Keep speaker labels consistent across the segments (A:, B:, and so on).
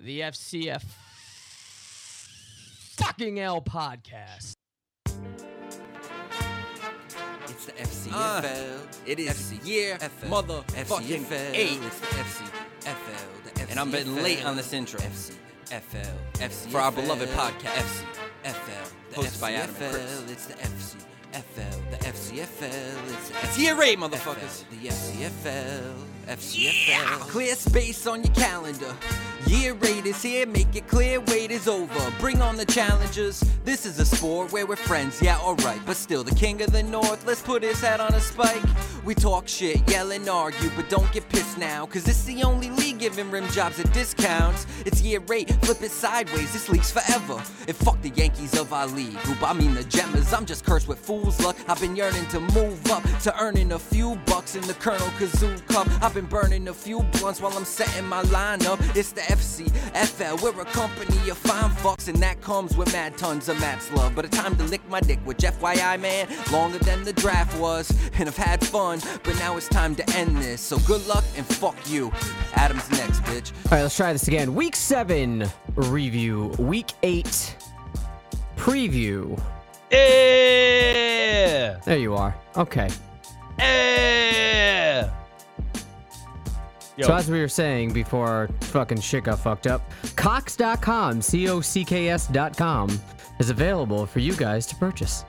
A: the FCF fucking L podcast.
B: It's the FCFL. Ah, it is the year
C: FL.
B: mother
C: FCFL.
B: eight.
C: It's the FCFL. The FCFL.
B: And I'm been late on this intro.
C: FCFL. FCFL.
B: For our beloved podcast.
C: FCFL. The
B: Hosted by Adam and
C: FCFL.
B: Chris.
C: It's the FCFL. The FCFL. It's the
B: It's year eight,
C: FCFL,
B: motherfuckers.
C: The FCFL. FCFL.
B: Clear space on your calendar. Year eight is here, make it clear, wait is over. Bring on the challengers. This is a sport where we're friends, yeah, alright. But still, the king of the north, let's put his head on a spike. We talk shit, yell and argue, but don't get pissed now. Cause it's the only league giving rim jobs at discounts. It's year eight, flip it sideways, this league's forever. And fuck the Yankees of our league group, I mean the Gemmas. I'm just cursed with fool's luck. I've been yearning to move up to earning a few bucks in the Colonel Kazoo Cup. I've been burning a few blunts while I'm setting my lineup. It's the FCFL. We're a company of fine fucks, and that comes with mad tons of Matt's love. But it's time to lick my dick, which FYI, man, longer than the draft was. And I've had fun, but now it's time to end this. So good luck and fuck you. Adam's next, bitch.
A: All right, let's try this again. Week seven review, week eight preview.
D: Eh. Yeah.
A: There you are. Okay.
D: Yeah. Yo,
A: So as we were saying before fucking shit got fucked up, Cox.com, C-O-C-K-S.com is available for you guys to purchase.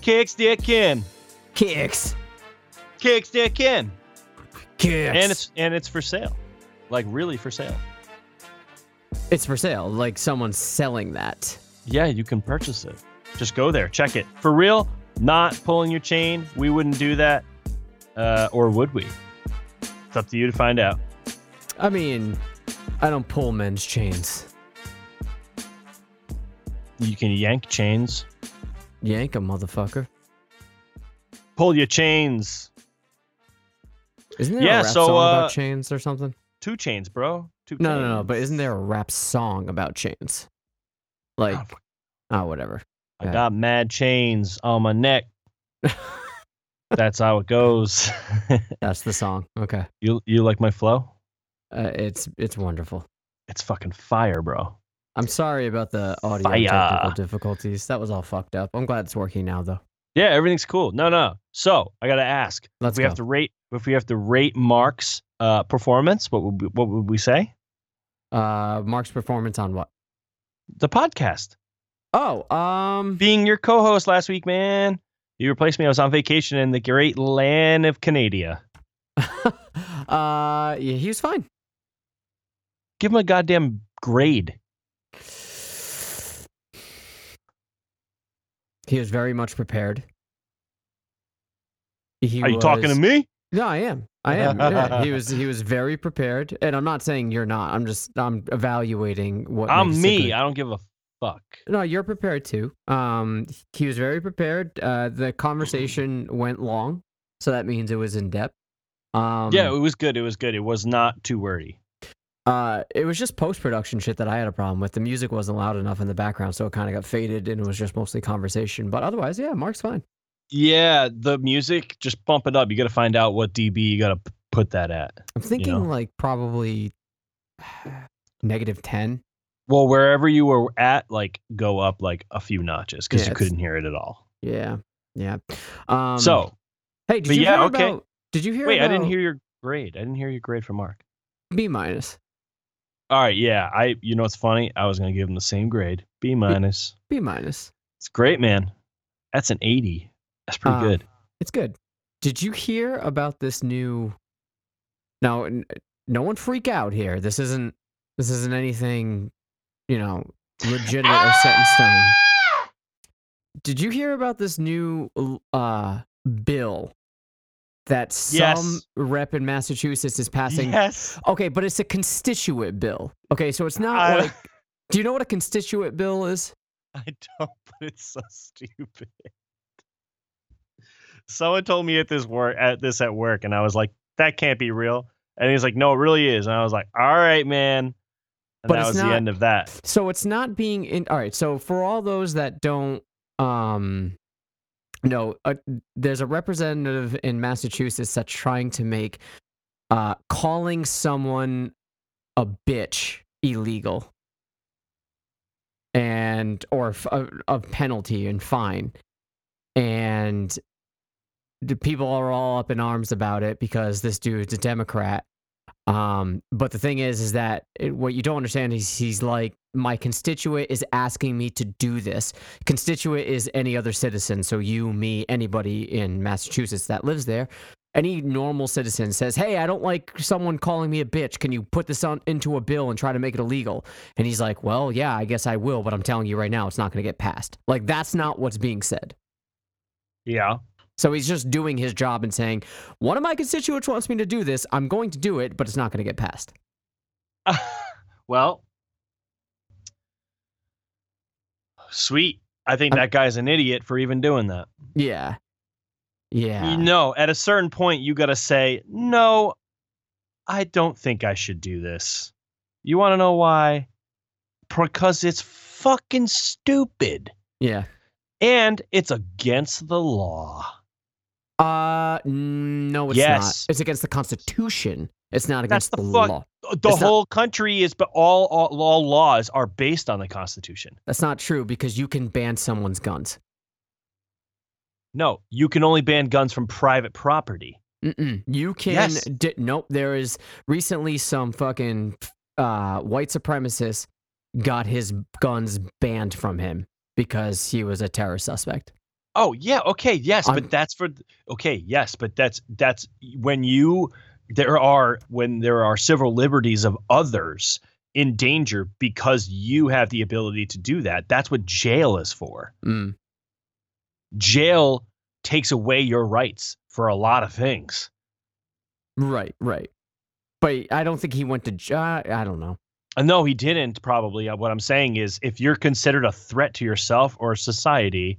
D: kicks their kin.
A: Kicks.
D: Kicks their kin.
A: Kicks.
D: And it's and it's for sale. Like really for sale.
A: it's for sale. Like someone's selling that.
D: Yeah, you can purchase it. Just go there, check it. For real, not pulling your chain. We wouldn't do that. Uh, or would we? It's up to you to find out.
A: I mean, I don't pull men's chains.
D: You can yank chains.
A: Yank a motherfucker.
D: Pull your chains.
A: Isn't there
D: Yeah,
A: a rap
D: so,
A: song
D: uh,
A: about chains or something?
D: Two chains, bro. Two
A: No,
D: chains.
A: no, no. But isn't there a rap song about chains? Like,
D: God,
A: ah, whatever.
D: I got mad chains on my neck. That's how it goes.
A: That's the song. Okay.
D: you you like my flow?
A: Uh, it's it's wonderful.
D: It's fucking fire, bro.
A: I'm sorry about the audio and
D: Fire.
A: technical difficulties. That was all fucked up. I'm glad it's working now, though.
D: Yeah, everything's cool. No, no. So I gotta ask.
A: Let's
D: we
A: go.
D: have to rate if we have to rate Mark's uh, performance. What would we, what would we say?
A: Uh, Mark's performance on what?
D: The podcast
A: Oh, um,
D: being your co-host last week, man. You replaced me. I was on vacation in the great land of Canada.
A: uh, yeah, he was fine.
D: Give him a goddamn grade.
A: He was very much prepared. He
D: Are you talking to
A: was-
D: me?
A: No, I am. I am. yeah. He was he was very prepared, and I'm not saying you're not. I'm just I'm evaluating what. makes
D: I'm
A: a
D: me.
A: good-
D: I don't give a fuck.
A: No, you're prepared too. Um, he was very prepared. Uh, the conversation went long, so that means it was in depth. Um,
D: yeah, it was good. It was good. It was not too wordy.
A: Uh, it was just post production shit that I had a problem with. The music wasn't loud enough in the background, so it kind of got faded, and it was just mostly conversation. But otherwise, yeah, Mark's fine.
D: Yeah, the music just bump it up. You got to find out what DB you got to p- put that at.
A: I'm thinking
D: know.
A: like probably negative ten.
D: Well, wherever you were at, like go up like a few notches because
A: Yeah,
D: you
A: it's-
D: couldn't hear it at all.
A: Yeah, yeah. Um,
D: so
A: hey, did
D: but
A: you
D: yeah,
A: hear
D: okay.
A: about? Did you hear?
D: Wait, I didn't
A: about
D: hear your grade. I didn't hear your grade for Mark.
A: B minus.
D: All right, yeah. I you know what's funny? I was gonna give him the same grade, B minus.
A: B minus.
D: It's great, man. That's an eighty. That's pretty
A: Uh,
D: good.
A: It's good. Did you hear about this new? Now, n- no one freak out here. This isn't. This isn't anything, you know, legitimate or set in stone. Did you hear about this new l- uh, bill that some
D: Yes.
A: rep in Massachusetts is passing?
D: Yes.
A: Okay, but it's a constituent bill. Okay, so it's not
D: I-
A: like. Do you know what a constituent bill is?
D: I don't, but it's so stupid. Someone told me at this work at this at work, and I was like, that can't be real. And he's like, no, it really is. And I was like, all right, man. And
A: But
D: that
A: it's
D: was
A: not-
D: the end of that.
A: So it's not being in. All right. So for all those that don't, um, no, uh, there's a representative in Massachusetts that's trying to make, uh, calling someone a bitch illegal and or f- a, a penalty and fine and the people are all up in arms about it because this dude's a democrat um but the thing is is that it, what you don't understand is he's like my constituent is asking me to do this constituent is any other citizen so you me anybody in massachusetts that lives there any normal citizen says, "Hey, I don't like someone calling me a bitch. Can you put this on into a bill and try to make it illegal?" And he's like, "Well, yeah, I guess I will, but I'm telling you right now, it's not going to get passed." Like that's not what's being said.
D: Yeah.
A: So he's just doing his job and saying, "One of my constituents wants me to do this. I'm going to do it, but it's not going to get passed."
D: well, sweet. I think
A: I'm-
D: that guy's an idiot for even doing that.
A: Yeah. Yeah.
D: No, at a certain point, you got to say, no, I don't think I should do this. You want to know why? Because it's fucking stupid
A: Yeah.
D: and it's against the law.
A: Uh no, it's
D: Yes.
A: not. It's against the constitution. It's not
D: That's
A: against
D: the
A: the
D: fuck-
A: law.
D: Uh, The
A: It's not-
D: whole country is, but all, all, all laws are based on the Constitution.
A: That's not true because you can ban someone's guns.
D: No, you can only ban guns from private property.
A: Mm-mm. You can.
D: Yes.
A: di- nope. There is recently some fucking uh, white supremacist got his guns banned from him because he was a terror suspect.
D: Oh yeah, okay, yes,
A: I'm-
D: but that's for okay, yes, but that's that's when you there are when there are civil liberties of others in danger because you have the ability to do that. That's what jail is for.
A: Mm.
D: Jail takes away your rights for a lot of things.
A: Right. Right. But I don't think he went to. j- Uh, I don't know.
D: Uh, No, he didn't probably. Uh, What I'm saying is if you're considered a threat to yourself or society,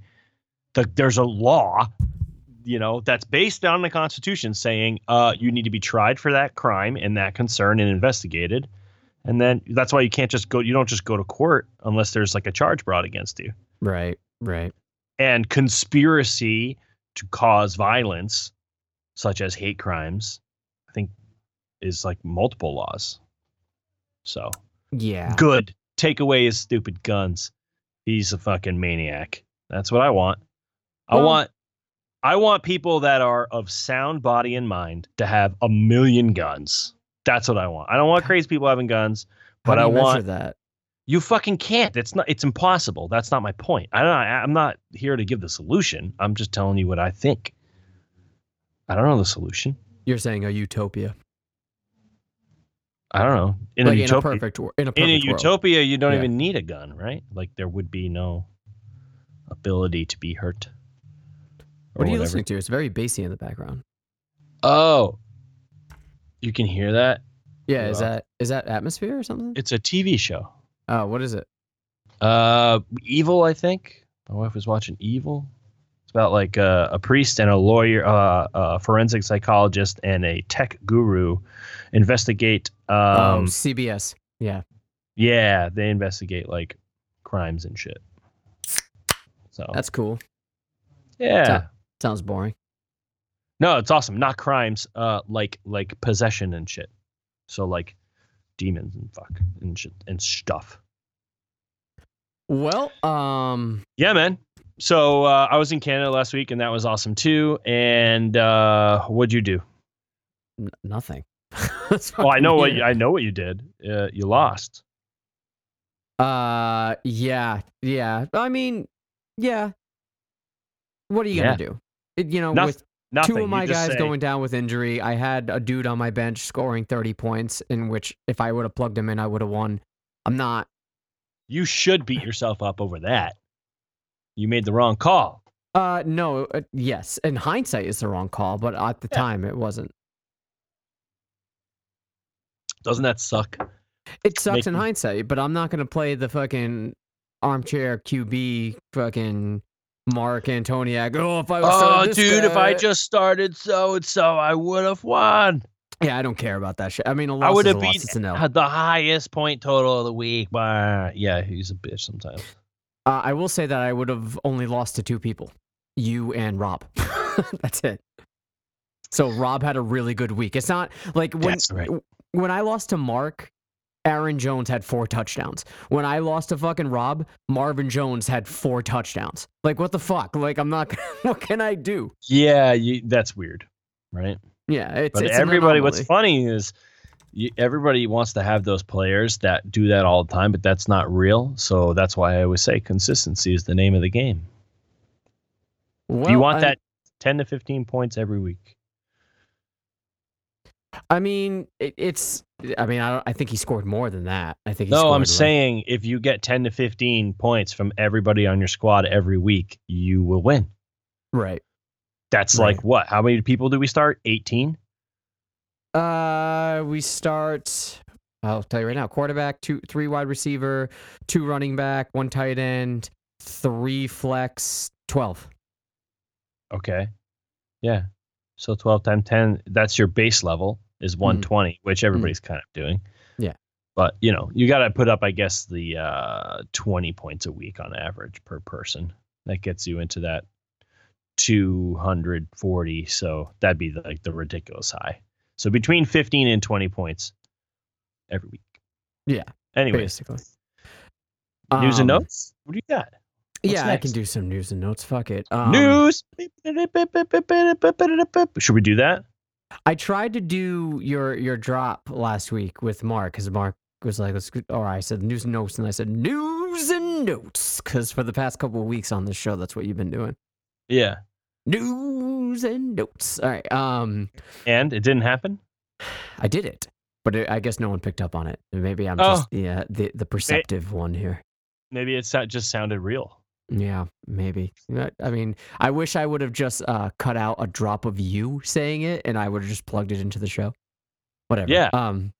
D: the, there's a law, you know, that's based on the Constitution saying uh, you need to be tried for that crime and that concern and investigated. And then that's why you can't just go, you don't just go to court unless there's like a charge brought against you.
A: Right. Right.
D: And conspiracy to cause violence, such as hate crimes, I think is like multiple laws. So
A: Yeah.
D: good. Take away his stupid guns. He's a fucking maniac. That's what I want. I
A: Well-
D: want I want people that are of sound body and mind to have a million guns. That's what I want. I don't want crazy people having guns,
A: How
D: but
A: do
D: I
A: you measure
D: want
A: that.
D: you fucking can't. It's not it's impossible. That's not my point. I don't I'm not here to give the solution. I'm just telling you what I think. I don't know the solution.
A: You're saying a utopia.
D: I don't know. In
A: like
D: a
A: in a
D: utopia,
A: perfect world. In a
D: in
A: perfect
D: a
A: world.
D: utopia you don't
A: Yeah.
D: even need a gun right like there would be no ability to be hurt
A: What
D: or
A: are you
D: whatever.
A: listening to? It's very bassy in the background.
D: oh you can hear that
A: Yeah. Is
D: Well.
A: that is that atmosphere or something?
D: it's a tv show
A: Oh, what is it?
D: uh evil i think my wife was watching evil it's about like a, a priest and a lawyer uh, a forensic psychologist and a tech guru investigate
A: oh,
D: um
A: CBS. Yeah.
D: yeah they investigate like crimes and shit so
A: That's cool.
D: yeah
A: so- Sounds boring.
D: No, it's awesome. Not crimes, uh, like like possession and shit. So like demons and fuck and shit and stuff.
A: Well, um,
D: Yeah, man. So uh, I was in Canada last week and that was awesome too. And uh, what'd you do?
A: n- nothing.
D: Well, Oh, I know what
A: you
D: you, I know what you did. Uh, you lost.
A: Uh, yeah, yeah. I mean, yeah. What are you
D: Yeah.
A: gonna do? It- you know,
D: Noth-
A: with
D: Nothing.
A: two
D: You
A: of my
D: just
A: guys
D: say,
A: going down with injury, I had a dude on my bench scoring thirty points, in which if I would have plugged him in, I would have won. I'm not.
D: You should beat yourself up over that. You made the wrong call.
A: Uh, no. Uh, yes, in hindsight, it's the wrong call, but at the
D: Yeah.
A: time, it wasn't.
D: Doesn't that suck?
A: It sucks
D: Make
A: in
D: me-
A: hindsight, but I'm not gonna play the fucking armchair QB fucking Mark Antoniak. Oh, if I was still
D: Oh,
A: this
D: dude, if I
A: guy-
D: just started so and so, I would have won.
A: yeah, I don't care about that shit. I mean, a
D: I
A: loss
D: would
A: is a
D: have
A: loss.
D: beat
A: It's an L.
D: had the highest point total of the week. Bah. Yeah, he's a bitch sometimes.
A: Uh, I will say that I would have only lost to two people, you and Rob. That's it. So Rob had a really good week. It's not like when
D: That's right.
A: when I lost to Mark, Aaron Jones had four touchdowns. When I lost to fucking Rob, Marvin Jones had four touchdowns. Like what the fuck? Like I'm not. what can I do?
D: Yeah, you, that's weird, right?
A: Yeah, it's,
D: But
A: it's an
D: everybody, what's
A: anomaly.
D: funny is you, everybody wants to have those players that do that all the time, but that's not real. So that's why I always say consistency is the name of the game.
A: Well,
D: you want
A: I-
D: that 10 to 15 points every week.
A: I mean, it, it's. I mean, I don't. I think he scored more than that. I think. He
D: No,
A: scored,
D: I'm
A: like-
D: saying if you get 10 to 15 points from everybody on your squad every week, you will win.
A: right.
D: That's
A: Right.
D: like what? How many people do we start? 18?
A: Uh, we start. I'll tell you right now: quarterback, two, three wide receiver, two running back, one tight end, three flex, twelve.
D: Okay. Yeah. So 12 times 10, that's your base level is 120, which everybody's kind of doing.
A: Mm-hmm. Yeah.
D: But, you know, you got to put up, I guess, the uh, 20 points a week on average per person. That gets you into that 240. So that'd be like the ridiculous high. So between 15 and 20 points every week.
A: Yeah,
D: Anyways,
A: basically.
D: news and
A: Um,
D: notes. What do you got? What's
A: yeah, I can
D: next?
A: do some news and notes. Fuck it. Um,
D: news. Should we do that?
A: I tried to do your your drop last week with Mark because Mark was like, "Let's," go- or I said news and notes, and I said news and notes because for the past couple of weeks on this show, that's what you've been doing.
D: Yeah.
A: News and notes. All right. Um.
D: And it didn't happen.
A: I did it, but it, I guess no one picked up on it. Maybe I'm
D: Oh.
A: just the, uh, the the perceptive one here.
D: Maybe it sa- just sounded real.
A: Yeah, maybe. Uh, I mean, I wish I would have just uh, cut out a drop of you saying it, and I would have just plugged it into the show. Whatever.
D: Yeah.
A: Um.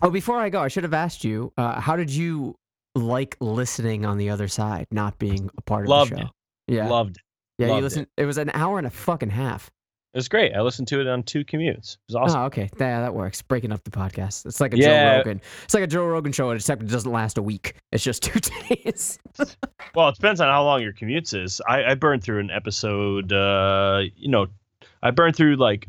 A: Oh, before I go, I should have asked you. Uh, how did you like listening on the other side, not being a part of
D: Loved
A: the show?
D: it.
A: Yeah.
D: Loved it.
A: yeah.
D: loved
A: you
D: it.
A: listened. It. was an hour and a fucking half.
D: It was great. I listened to it on two commutes. It was awesome.
A: Oh, okay. Yeah, that works. Breaking up the podcast. It's like a Joe
D: Yeah.
A: Rogan. It's like a Joe Rogan show, except it doesn't last a week. It's just two days. Ah.
D: Well, it depends on how long your commutes is. I, I burned through an episode. Uh, you know, I burned through like,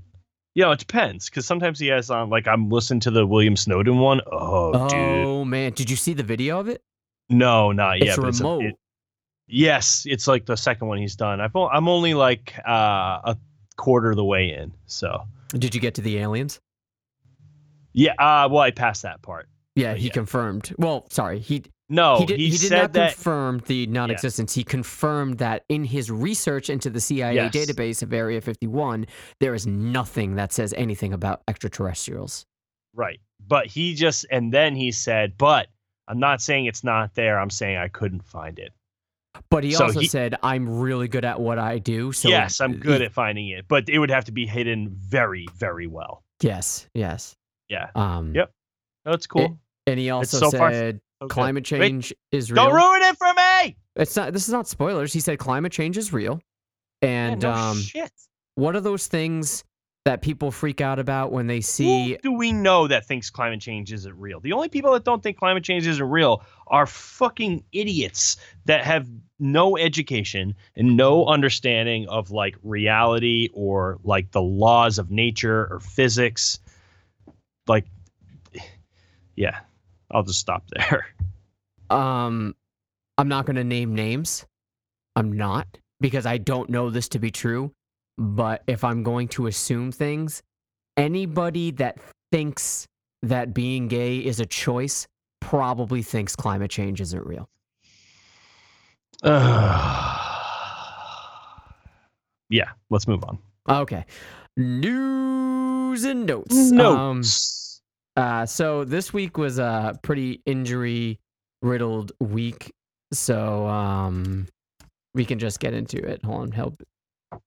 D: you know, it depends because sometimes he has on like I'm listening to the William Snowden one. Oh, dude,
A: Oh man, did you see the video of it?
D: no, not yet.
A: it's
D: but a-
A: remote.
D: it- yes, it's like the second one he's done. I've, o- I'm only like uh, a quarter of the way in. So
A: Did you get to the aliens?
D: yeah, uh, well, I passed that part.
A: Yeah,
D: But
A: he
D: yeah.
A: confirmed. Well, sorry, he
D: No,
A: he did he, did
D: said
A: not
D: that.
A: confirm the non-existence. He confirmed that in his research into the CIA
D: Yes.
A: database of Area 51, there is nothing that says anything about extraterrestrials.
D: Right. But he just, and then he said, but I'm not saying it's not there. I'm saying I couldn't find it.
A: But he
D: So
A: also
D: he-
A: said, "I'm really good at what I do." So
D: yes, I'm good
A: he-
D: at finding it, but it would have to be hidden very, very well.
A: Yes, yes.
D: Yeah.
A: Um,
D: Yep. No, it's cool.
A: And he also
D: so far-
A: said,
D: So good.
A: "Climate
D: Wait,
A: change is real."
D: don't ruin it for me.
A: It's not. This is not spoilers. He said climate change is real, and
D: Yeah, no
A: um,
D: shit.
A: what are those things that people freak out about when they
D: Who
A: see?
D: do we know that thinks climate change isn't real? The only people that don't think climate change isn't real are fucking idiots that have no education and no understanding of like reality or like the laws of nature or physics. Like, yeah, I'll just stop there.
A: Um, I'm not going to name names. I'm not because I don't know this to be true. But if I'm going to assume things, anybody that thinks that being gay is a choice probably thinks climate change isn't real.
D: yeah, let's move on.
A: Okay, news and notes. Um,
D: Notes.
A: Uh, so this week was a pretty injury riddled week. So um, we can just get into it. Hold on, help.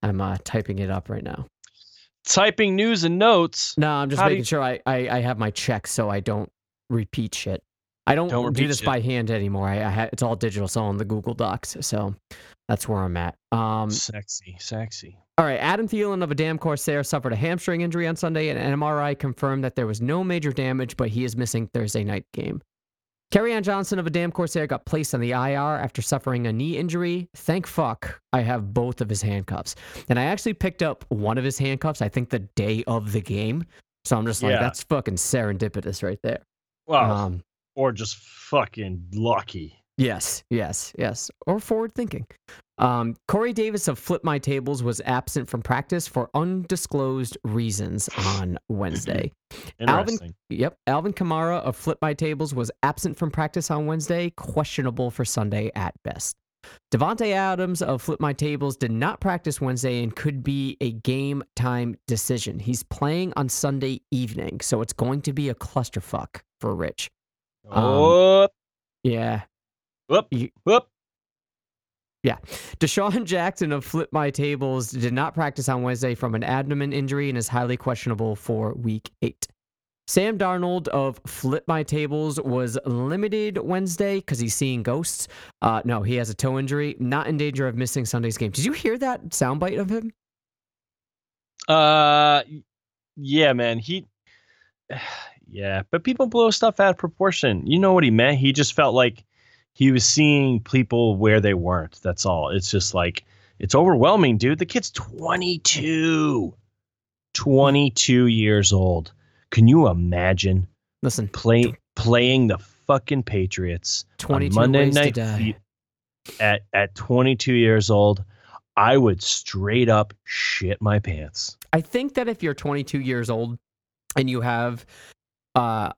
A: I'm uh, typing it up right now.
D: Typing news and notes.
A: No, I'm just
D: How do
A: making
D: you-
A: sure I, I, I have my check so I don't repeat shit. I don't,
D: Don't
A: do
D: repeat
A: this
D: shit.
A: by hand anymore. I, I ha- it's all digital, so on the Google Docs. So that's where I'm at. Um,
D: sexy, sexy.
A: all right, Adam Thielen of a damn Corsair suffered a hamstring injury on Sunday, and an MRI confirmed that there was no major damage, but he is missing Thursday night game. Kerryon Johnson of a damn Corsair got placed on the IR after suffering a knee injury. Thank fuck, I have both of his handcuffs. And I actually picked up one of his handcuffs, I think the day of the game. So I'm just like,
D: Yeah.
A: that's fucking serendipitous right there.
D: Wow.
A: Um,
D: or just fucking lucky.
A: Yes, yes, yes. Or forward thinking. Um, Corey Davis of Flip My Tables was absent from practice for undisclosed reasons on Wednesday.
D: Interesting.
A: Yep. Alvin Kamara of Flip My Tables was absent from practice on Wednesday, questionable for Sunday at best. Devontae Adams of Flip My Tables did not practice Wednesday and could be a game time decision. He's playing on Sunday evening, so it's going to be a clusterfuck for Rich. um,
D: Whoop,
A: Yeah.
D: whoop,
A: you-
D: whoop.
A: Deshaun Jackson of Flip My Tables did not practice on Wednesday from an abdomen injury and is highly questionable for week eight. Sam Darnold of Flip My Tables was limited Wednesday because he's seeing ghosts. Uh, no, he has a toe injury, not in danger of missing Sunday's game. Did you hear that soundbite of him?
D: Uh, y- yeah, man. He, yeah, but people blow stuff out of proportion. You know what he meant? He just felt like he was seeing people where they weren't. That's all. It's just like it's overwhelming, dude. The kid's 22, 22 years old. Can you imagine
A: Listen,
D: play playing the fucking Patriots?
A: 22
D: Monday
A: ways
D: Night
A: to die.
D: Fe- at at 22 years old, I would straight up shit my pants.
A: I think that if you're 22 years old and you have, uh,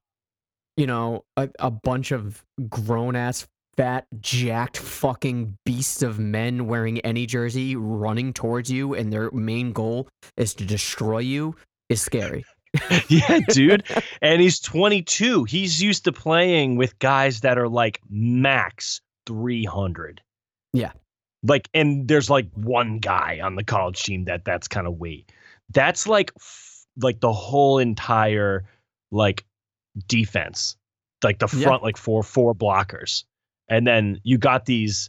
A: you know, a, a bunch of grown ass, fat, jacked, fucking beasts of men wearing any jersey running towards you, and their main goal is to destroy you, is scary.
D: yeah, dude. And he's 22. He's used to playing with guys that are like max 300.
A: Yeah.
D: Like and there's like one guy on the college team that that's kind of weight. That's like f- like the whole entire like defense. Like the
A: Yeah.
D: front like four four blockers. And then you got these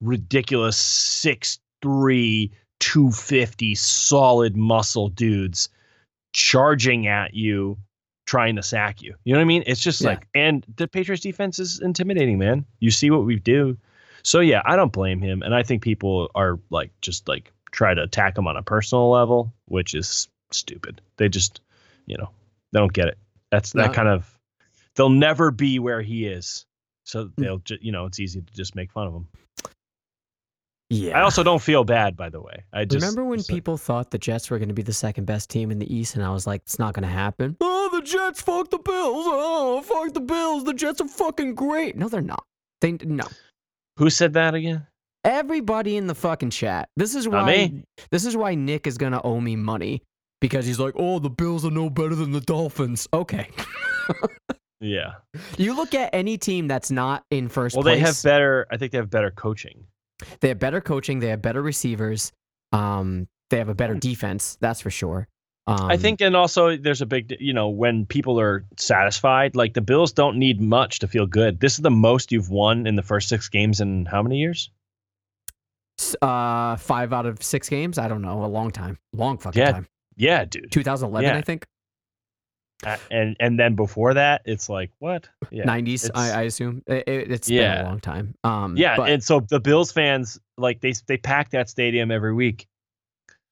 D: ridiculous 6'3 250 solid muscle dudes charging at you trying to sack you. You know what I mean? It's just
A: Yeah.
D: like and the Patriots defense is intimidating, man. You see what we do. So yeah, I don't blame him and I think people are like just like try to attack him on a personal level, which is stupid. They just, you know, they don't get it. That's that
A: No.
D: kind of they'll never be where he is. So
A: Hmm.
D: they'll just, you know, it's easy to just make fun of him.
A: Yeah.
D: I also don't feel bad, by the way. I just
A: Remember when
D: so-
A: people thought the Jets were going to be the second best team in the East, and I was like, it's not going to happen. Oh, the Jets, fuck the Bills. Oh, fuck the Bills. The Jets are fucking great. No, they're not. They no.
D: who said that again?
A: Everybody in the fucking chat. This is
D: Not
A: why.
D: me.
A: This is why Nick is gonna owe me money because he's like, "Oh, the Bills are no better than the Dolphins." Okay,
D: Yeah.
A: you look at any team that's not in first
D: Well,
A: place.
D: they have better. I think they have better coaching.
A: they have better coaching. They have better receivers. Um, they have a better defense. That's for sure. Um,
D: Hmm. I think, and also there's a big, you know, when people are satisfied, like the Bills don't need much to feel good. This is the most you've won in the first six games in how many years?
A: s- uh, five out of six games. I don't know. A long time. Long fucking
D: Yeah.
A: time.
D: Yeah, dude.
A: 2011,
D: Yeah.
A: I think.
D: Uh, and and then before that, it's like what? Yeah.
A: 90s, I,
D: it's-
A: I assume. It, it, has been
D: Yeah.
A: a long time. Um,
D: Yeah,
A: but-
D: and so the Bills fans like they they pack that stadium every week,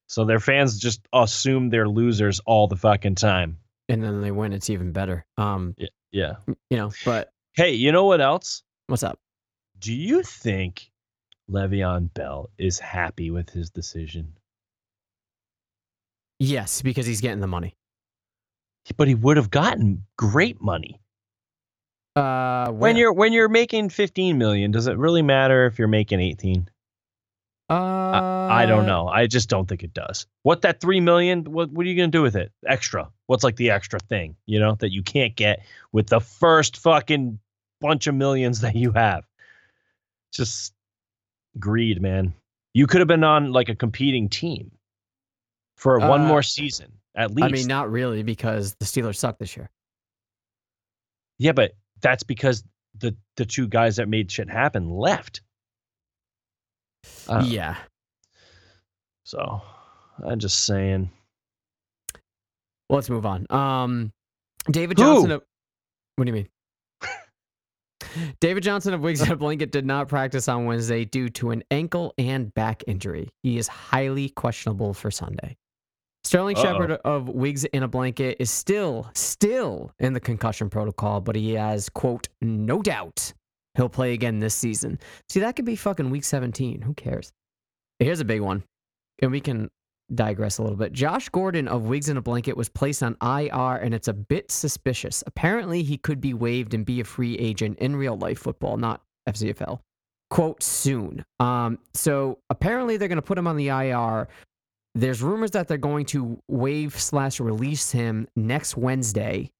D: so their fans just assume they're losers all the fucking time.
A: and then they win. It's even better. Um,
D: Yeah.
A: you know. But
D: Hey, you know what else?
A: what's up?
D: Do you think Le'Veon Bell is happy with his decision?
A: Yes, because he's getting the money.
D: But he would have gotten great money.
A: Uh,
D: When
A: where?
D: you're when you're making 15 million, does it really matter if you're making 18?
A: uh,
D: I don't know. I just don't think it does. What that 3 million, what what are you going to do with it? Extra. What's like the extra thing, you know, that you can't get with the first fucking bunch of millions that you have? Just greed, man. You could have been on like a competing team for one
A: Uh,
D: more season at least.
A: I mean, not really, because the Steelers suck this year.
D: Yeah, but that's because the the two guys that made shit happen left. Uh,
A: yeah.
D: So I'm just saying.
A: Well, let's move on. Um, David
D: Who?
A: Johnson. Of, what do you mean? David Johnson of Wigs and a Blanket did not practice on Wednesday due to an ankle and back injury. He is highly questionable for Sunday. Sterling
D: Uh-oh.
A: Shepard of Wigs in a Blanket is still, still in the concussion protocol, but he has, quote, no doubt he'll play again this season. See, that could be fucking week 17. Who cares? Here's a big one. And we can digress a little bit. Josh Gordon of Wigs in a Blanket was placed on IR, and it's a bit suspicious. Apparently, he could be waived and be a free agent in real life football, not FCFL. Quote soon. Um, so apparently, they're going to put him on the IR. There's rumors that they're going to waive slash release him next Wednesday,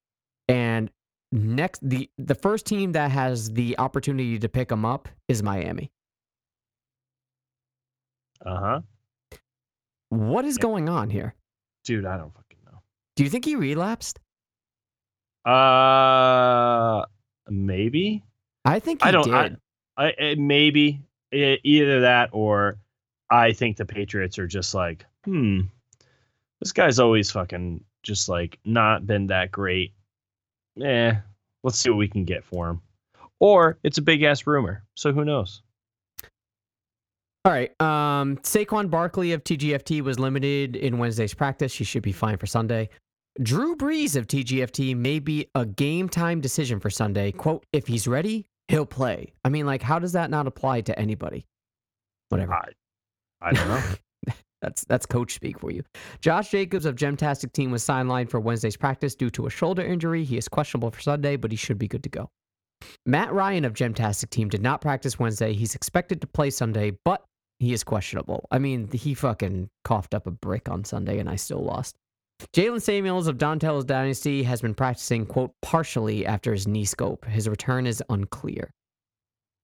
A: and next the the first team that has the opportunity to pick him up is Miami.
D: Uh huh.
A: What is going on here?
D: Dude, I don't fucking know.
A: Do you think he relapsed?
D: Uh, maybe.
A: I think he
D: I don't-
A: did.
D: I- I eh, maybe E- either that or I think the Patriots are just like, hmm, this guy's always fucking just like not been that great. Eh, let's see what we can get for him. Or it's a big ass rumor, so who knows?
A: All right. Um, Saquon Barkley of TGFT was limited in Wednesday's practice. He should be fine for Sunday. Drew Brees of TGFT may be a game time decision for Sunday. Quote, if he's ready, he'll play. I mean, like, how does that not apply to anybody? Whatever.
D: I, I don't know.
A: That's that's coach speak for you. Josh Jacobs of Gemtastic team was sidelined for Wednesday's practice due to a shoulder injury. He is questionable for Sunday, but he should be good to go. Matt Ryan of Gemtastic team did not practice Wednesday. He's expected to play Sunday, but he is questionable. I mean, he fucking coughed up a brick on Sunday, and I still lost. Jalen Samuels of Dontel's Dynasty has been practicing, quote, partially after his knee scope. His return is unclear.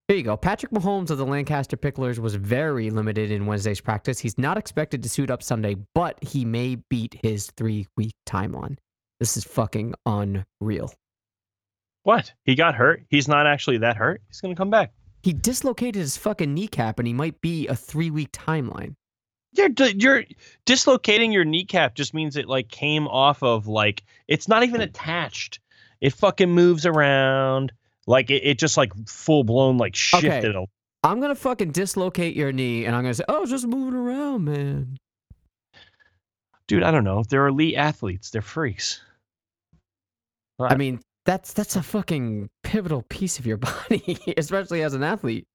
A: Here you go. Patrick Mahomes of the Lancaster Picklers was very limited in Wednesday's practice. He's not expected to suit up Sunday, but he may beat his three week timeline. This is fucking unreal.
D: what? He got hurt. He's not actually that hurt. He's gonna come back.
A: He dislocated his fucking kneecap and he might be a three week timeline.
D: Yeah, d- you're dislocating your kneecap just means it like came off of like it's not even attached. It fucking moves around. Like it, it just like full blown like shifted. a
A: I'm going to fucking dislocate your knee and I'm going to say, oh, it's just moving around, man.
D: Dude, I don't know. They're elite athletes. They're freaks.
A: I mean, that's that's a fucking pivotal piece of your body, especially as an athlete.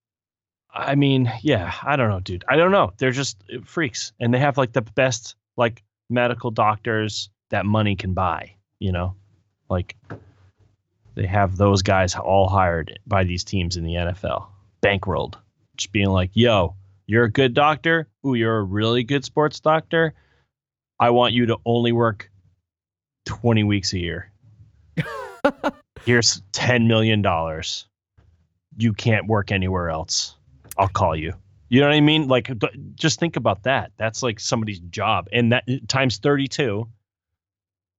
D: I mean, yeah, I don't know, dude. I don't know. They're just uh, freaks, and they have like the best like medical doctors that money can buy. You know, like they have those guys all hired by these teams in the NFL, bankrolled, just being like, "Yo, you're a good doctor. Ooh, you're a really good sports doctor. I want you to only work twenty weeks a year. Here's ten million dollars. You can't work anywhere else." I'll call you. You know what I mean? Like, th- just think about that. That's like somebody's job, and that times thirty-two,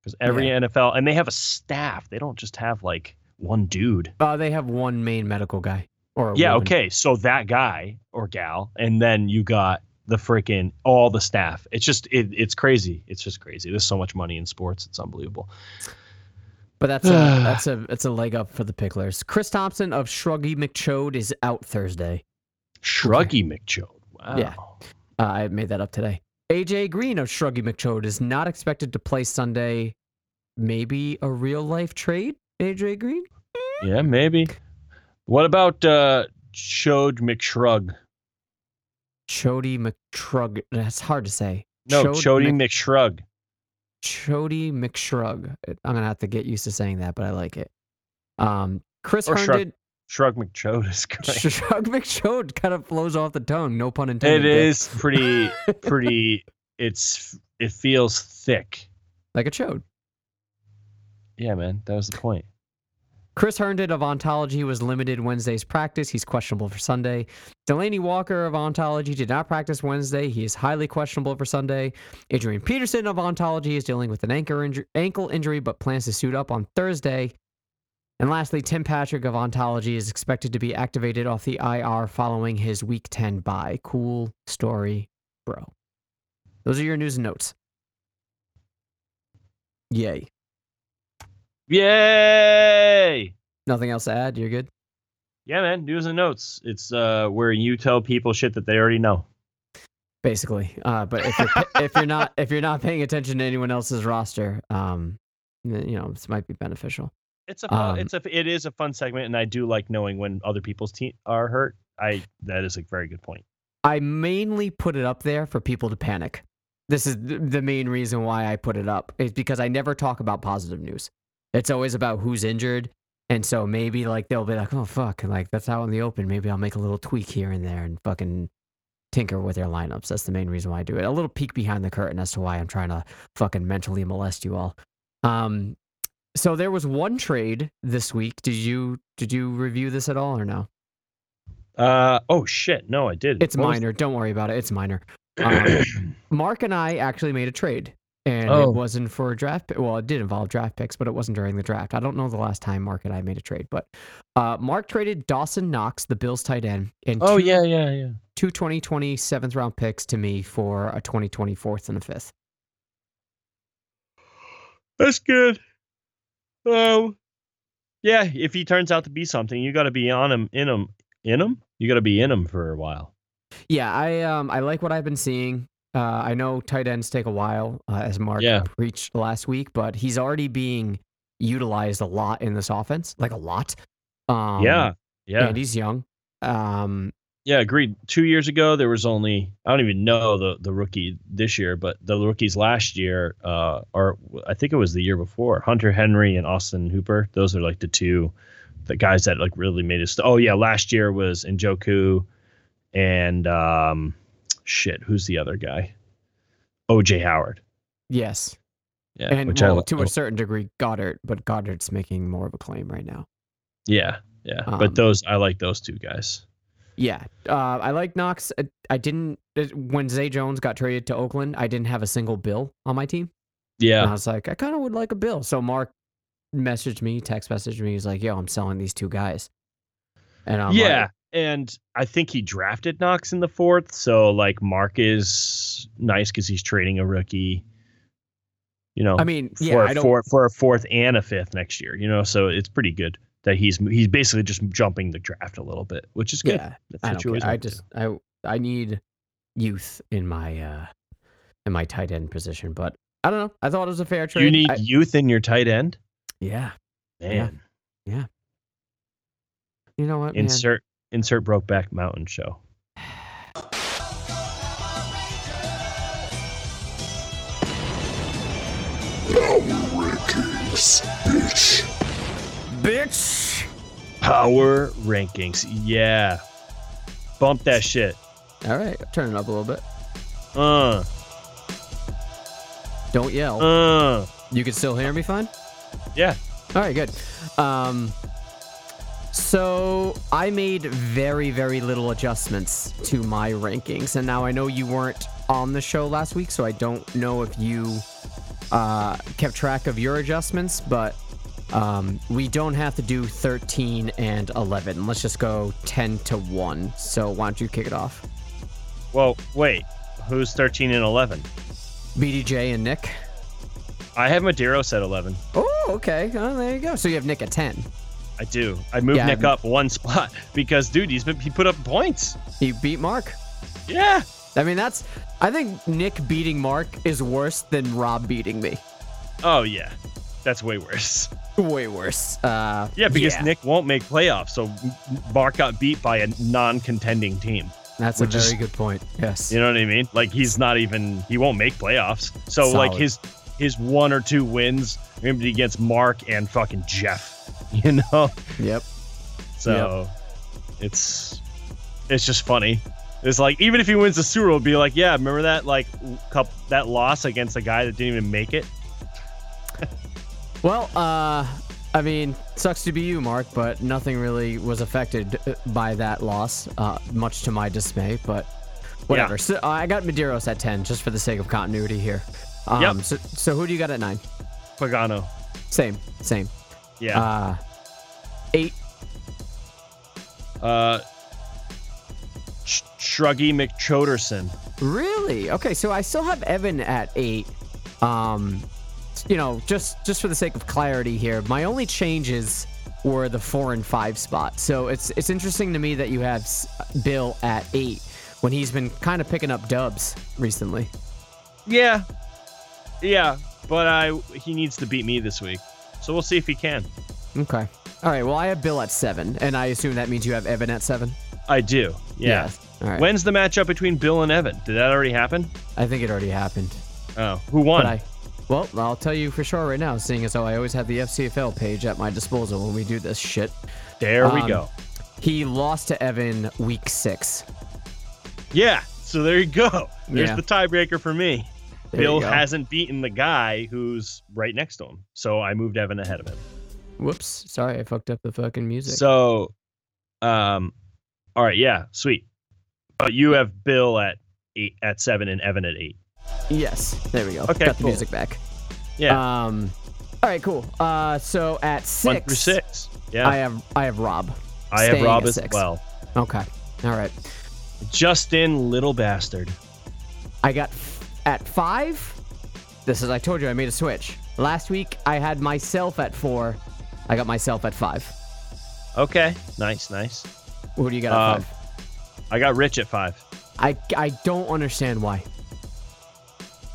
D: because every NFL and they have a staff. They don't just have like one dude.
A: Uh, they have one main medical guy. Or a
D: yeah,
A: woman.
D: okay. So that guy or gal, and then you got the freaking all the staff. It's just it, it's crazy. It's just crazy. There's so much money in sports. It's unbelievable.
A: But that's a, that's a that's a leg up for the Picklers. Chris Thompson of Shruggy McChode is out Thursday.
D: Shruggy McChode. Wow.
A: Yeah. Uh, I made that up today. AJ Green of Shruggy McChode is not expected to play Sunday. Maybe a real life trade, AJ Green.
D: Yeah, maybe. What about uh Chode McShrug?
A: Chody McShrug. That's hard to say.
D: No,
A: Chode
D: Chody
A: Mc-
D: McShrug.
A: Chody McShrug. I'm gonna have to get used to saying that, but I like it. Um, Chris
D: Or Shrug.
A: Herndon.
D: Shrug McChode is great.
A: Shrug McShode kind of flows off the tongue, no pun intended.
D: It
A: there.
D: is pretty, pretty. It's it feels thick.
A: like a chode.
D: Yeah, man, that was the point.
A: Chris Herndon of Ontology was limited Wednesday's practice. He's questionable for Sunday. Delaney Walker of Ontology did not practice Wednesday. He is highly questionable for Sunday. Adrian Peterson of Ontology is dealing with an anchor inju- ankle injury but plans to suit up on Thursday. And lastly, Tim Patrick of Ontology is expected to be activated off the IR following his Week 10 bye. Cool story, bro. Those are your news and notes. Yay.
D: Yay!
A: Nothing else to add? You're good?
D: Yeah, man. News and notes. It's uh where you tell people shit that they already know.
A: basically. Uh, but if you're, pa- if you're not if you're not paying attention to anyone else's roster, um, then, you know this might be beneficial.
D: It's a fun,
A: Um,
D: it's a it is a fun segment, and I do like knowing when other people's team are hurt. I that is a very good point.
A: I mainly put it up there for people to panic. This is th- the main reason why I put it up is because I never talk about positive news. It's always about who's injured, and so maybe like they'll be like, "Oh fuck!" and, like that's out in the open. Maybe I'll make a little tweak here and there and fucking tinker with their lineups. That's the main reason why I do it. A little peek behind the curtain as to why I'm trying to fucking mentally molest you all. Um, so there was one trade this week. Did you did you review this at all or no?
D: Uh oh shit, no, I did.
A: It's minor. Don't worry about it. It's minor. Um, Mark and I actually made a trade, and
D: Oh.
A: it wasn't for a draft. pi- Well, it did involve draft picks, but it wasn't during the draft. I don't know the last time Mark and I made a trade, but uh, Mark traded Dawson Knox, the Bills tight end, and
D: Oh
A: two-
D: yeah, yeah, yeah.
A: two 2020 seventh round picks to me for a 2020 fourth and a fifth.
D: That's good. Um, yeah, if he turns out to be something, you got to be on him, in him, in him. You got to be in him for a while.
A: Yeah, I um I like what I've been seeing. Uh, I know tight ends take a while, uh, as Mark
D: Yeah.
A: preached last week, but he's already being utilized a lot in this offense, like a lot. Um,
D: yeah, yeah,
A: and he's young. Um,
D: yeah. Agreed. Two years ago, there was only I don't even know the the rookie this year, but the rookies last year, uh, or I think it was the year before, Hunter Henry and Austin Hooper. Those are like the two, the guys that like really made us. Oh yeah, last year was Njoku, and um, shit, who's the other guy? OJ Howard.
A: yes,
D: Yeah,
A: and
D: which I
A: well,
D: li-
A: to
D: oh,
A: a certain degree, Goddard, but Goddard's making more of a claim right now.
D: yeah, yeah.
A: um,
D: but those I like those two guys.
A: Yeah, uh, I like Knox. I, I didn't it- when Zay Jones got traded to Oakland. I didn't have a single Bill on my team. And I
D: Yeah,
A: was like, I kind of would like a Bill. So Mark messaged me, text messaged me. He's like, Yo, I'm selling these two guys. And I'm
D: yeah.
A: like,
D: and I think he drafted Knox in the fourth, so like Mark is nice because he's trading a rookie. You know,
A: I mean, yeah,
D: for
A: I
D: a
A: don't.
D: four, for a fourth and a fifth next year. You know, so it's pretty good that he's he's basically just jumping the draft a little bit, which is good.
A: yeah,
D: That's
A: I
D: what
A: don't
D: you
A: care.
D: always
A: I
D: want to do.
A: just I I need youth in my uh in my tight end position, but I don't know. I thought it was a fair trade.
D: you need
A: I-
D: youth in your tight end.
A: yeah.
D: Man,
A: You know what? Oh, man?
D: insert insert Brokeback Mountain show.
A: bitch.
D: Power rankings. Yeah. Bump that shit.
A: All right, turn it up a little bit.
D: Uh,
A: Don't yell.
D: uh.
A: You can still hear me fine?
D: Yeah.
A: All right, good. Um, so I made very, very little adjustments to my rankings, and now I know you weren't on the show last week, so I don't know if you uh, kept track of your adjustments, but um, we don't have to do 13 and 11. Let's just go 10 to 1. So why don't you kick it off?
D: Well, wait. Who's 13 and 11?
A: BDJ and Nick.
D: I have Madero's at 11.
A: Oh, okay. Oh, there you go. So you have Nick at 10.
D: I do. I moved
A: Yeah.
D: Nick up one spot because, dude, he's been, he put up points.
A: You beat Mark.
D: Yeah.
A: I mean, that's. I think Nick beating Mark is worse than Rob beating me.
D: Oh, yeah. That's way worse.
A: Way worse. Uh,
D: Yeah, because
A: yeah,
D: Nick won't make playoffs. So Mark got beat by a non contending team.
A: that's a
D: which
A: very
D: is-
A: good point. Yes.
D: You know what I mean? Like he's not even he won't make playoffs. So like
A: Solid.
D: his his one or two wins are gonna be against Mark and fucking Jeff. You know?
A: Yep.
D: So it's it's just funny. It's like even if he wins the Super Bowl, it'll be like, yeah, remember that like cup that loss against a guy that didn't even make it?
A: Well, uh, I mean, sucks to be you, Mark, but nothing really was affected uh, by that loss, uh, much to my dismay. But whatever. So uh, I got Medeiros at ten, just for the sake of continuity here. Um,
D: Yep.
A: So, so who do you got at nine?
D: Pagano.
A: Same. Same.
D: Yeah.
A: Uh, eight.
D: Uh, Sh Shruggy McChoderson.
A: Really? Okay, so I still have Evan at eight. Um, you know, just just for the sake of clarity here, my only changes were the four and five spot. So it's it's interesting to me that you have S- Bill at eight, when he's been kind of picking up dubs recently.
D: Yeah. Yeah. But I he needs to beat me this week. So we'll see if he can.
A: Okay. All right. Well, I have Bill at seven, and I assume that means you have Evan at seven.
D: I do. Yeah.
A: All right.
D: When's the matchup between Bill and Evan? Did that already happen?
A: I think it already happened.
D: Oh, who won?
A: But I, well, I'll tell you for sure right now, seeing as though I always have the FCFL page at my disposal when we do this shit.
D: there we
A: um,
D: go.
A: He lost to Evan week six.
D: Yeah. So there you go. There's
A: Yeah.
D: the tiebreaker for me.
A: There
D: Bill
A: you go.
D: hasn't beaten the guy who's right next to him. So I moved Evan ahead of him.
A: Whoops. Sorry, I fucked up the fucking music.
D: So um all right, yeah, sweet. But you have Bill at eight at seven and Evan at eight.
A: yes. There we go.
D: Okay,
A: Got the
D: cool.
A: music back.
D: Yeah.
A: Um. All right. Cool. Uh. So at six,
D: One through six. Yeah.
A: I have I have Rob.
D: I have
A: staying
D: Rob
A: at
D: as
A: six.
D: well.
A: Okay. All right.
D: Justin, little bastard.
A: I got f- at five. This is I told you I made a switch. Last week I had myself at four. I got myself at five.
D: Okay, nice, nice.
A: Who do you got
D: Um,
A: at five?
D: I got Rich at five.
A: I I don't understand why.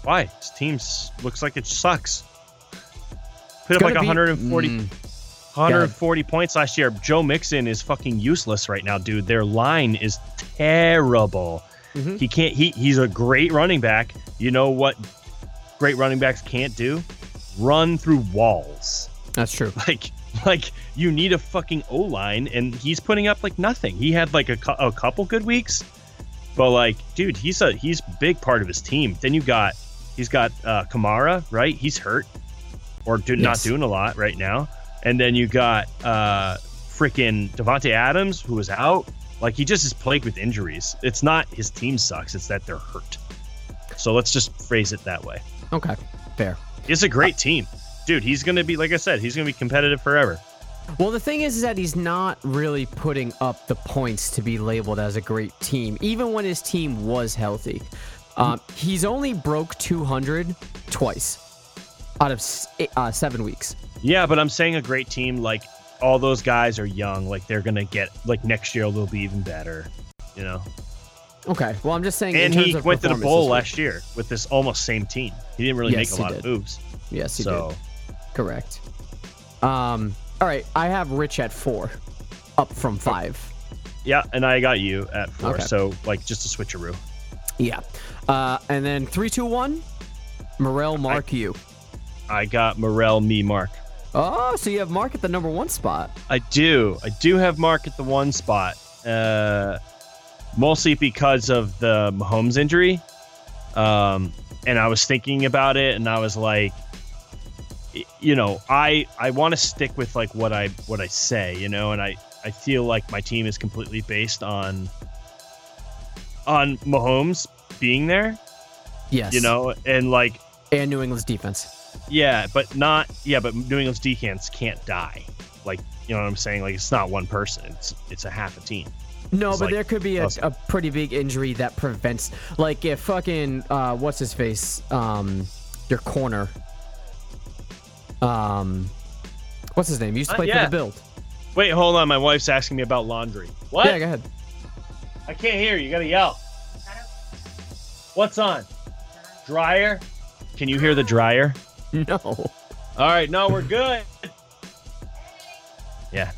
D: Why? This team s- looks like it sucks. Put up
A: Gonna
D: like
A: be-
D: 140,
A: Mm,
D: 140 points last year. Joe Mixon is fucking useless right now, dude. Their line is terrible.
A: Mhm.
D: He can't. He he's a great running back. You know what? Great running backs can't do run through walls.
A: that's true.
D: like like you need a fucking O line, and he's putting up like nothing. He had like a, cou- a couple good weeks, but like, dude, he's a he's big part of his team. Then you got he's got uh, Kamara, right? He's hurt or do, not
A: Yes.
D: doing a lot right now. And then you got uh freaking Devonte Adams, who is out. Like he just is plagued with injuries. It's not his team sucks; it's that they're hurt. So let's just phrase it that way.
A: Okay. Fair.
D: It's a great team, dude. He's gonna be like I said. He's gonna be competitive forever.
A: Well, the thing is, is that he's not really putting up the points to be labeled as a great team, even when his team was healthy. Um, he's only broke 200 twice out of s- eh, uh, seven weeks.
D: Yeah, but I'm saying a great team, like all those guys are young, like they're gonna get like next year they'll be even better. You know?
A: Okay. Well, I'm just saying. in
D: And
A: terms
D: he
A: of
D: went to the
A: performance
D: bowl
A: this
D: last year with this almost same team. He didn't really
A: Yes,
D: make
A: he
D: a lot
A: did.
D: of moves.
A: week. Yes, he
D: so
A: did. Correct. Um. All right. I have Rich at four, up from five.
D: yeah, and I got you at four.
A: Okay.
D: So like just a switcheroo.
A: Yeah. Uh. And then three, two, one. Morel, Mark, you.
D: I got Morel, me, Mark.
A: Oh, so you have Mark at the number one spot.
D: I do. I do have Mark at the one spot. Uh, mostly because of the Mahomes injury. Um, and I was thinking about it and I was like, y- you know, I I want to stick with like what I what I say, you know, and I I feel like my team is completely based on on Mahomes being there,
A: Yes.
D: you know, and like
A: And New England's defense.
D: yeah, but not yeah, but New England's defense can't die. Like you know what I'm saying? Like it's not one person. It's it's a half a team.
A: No,
D: It's
A: but
D: like-
A: there could be a,
D: Awesome.
A: a pretty big injury that prevents, like if fucking uh, what's his face, um, your corner, um, what's his name? Used to
D: Uh,
A: play
D: yeah.
A: for the Build.
D: Wait, hold on. My wife's asking me about laundry. What?
A: Yeah, go ahead.
D: I can't hear you. You gotta yell. What's on? Dryer. Can you hear the dryer?
A: No.
D: All right, no, we're good. yeah,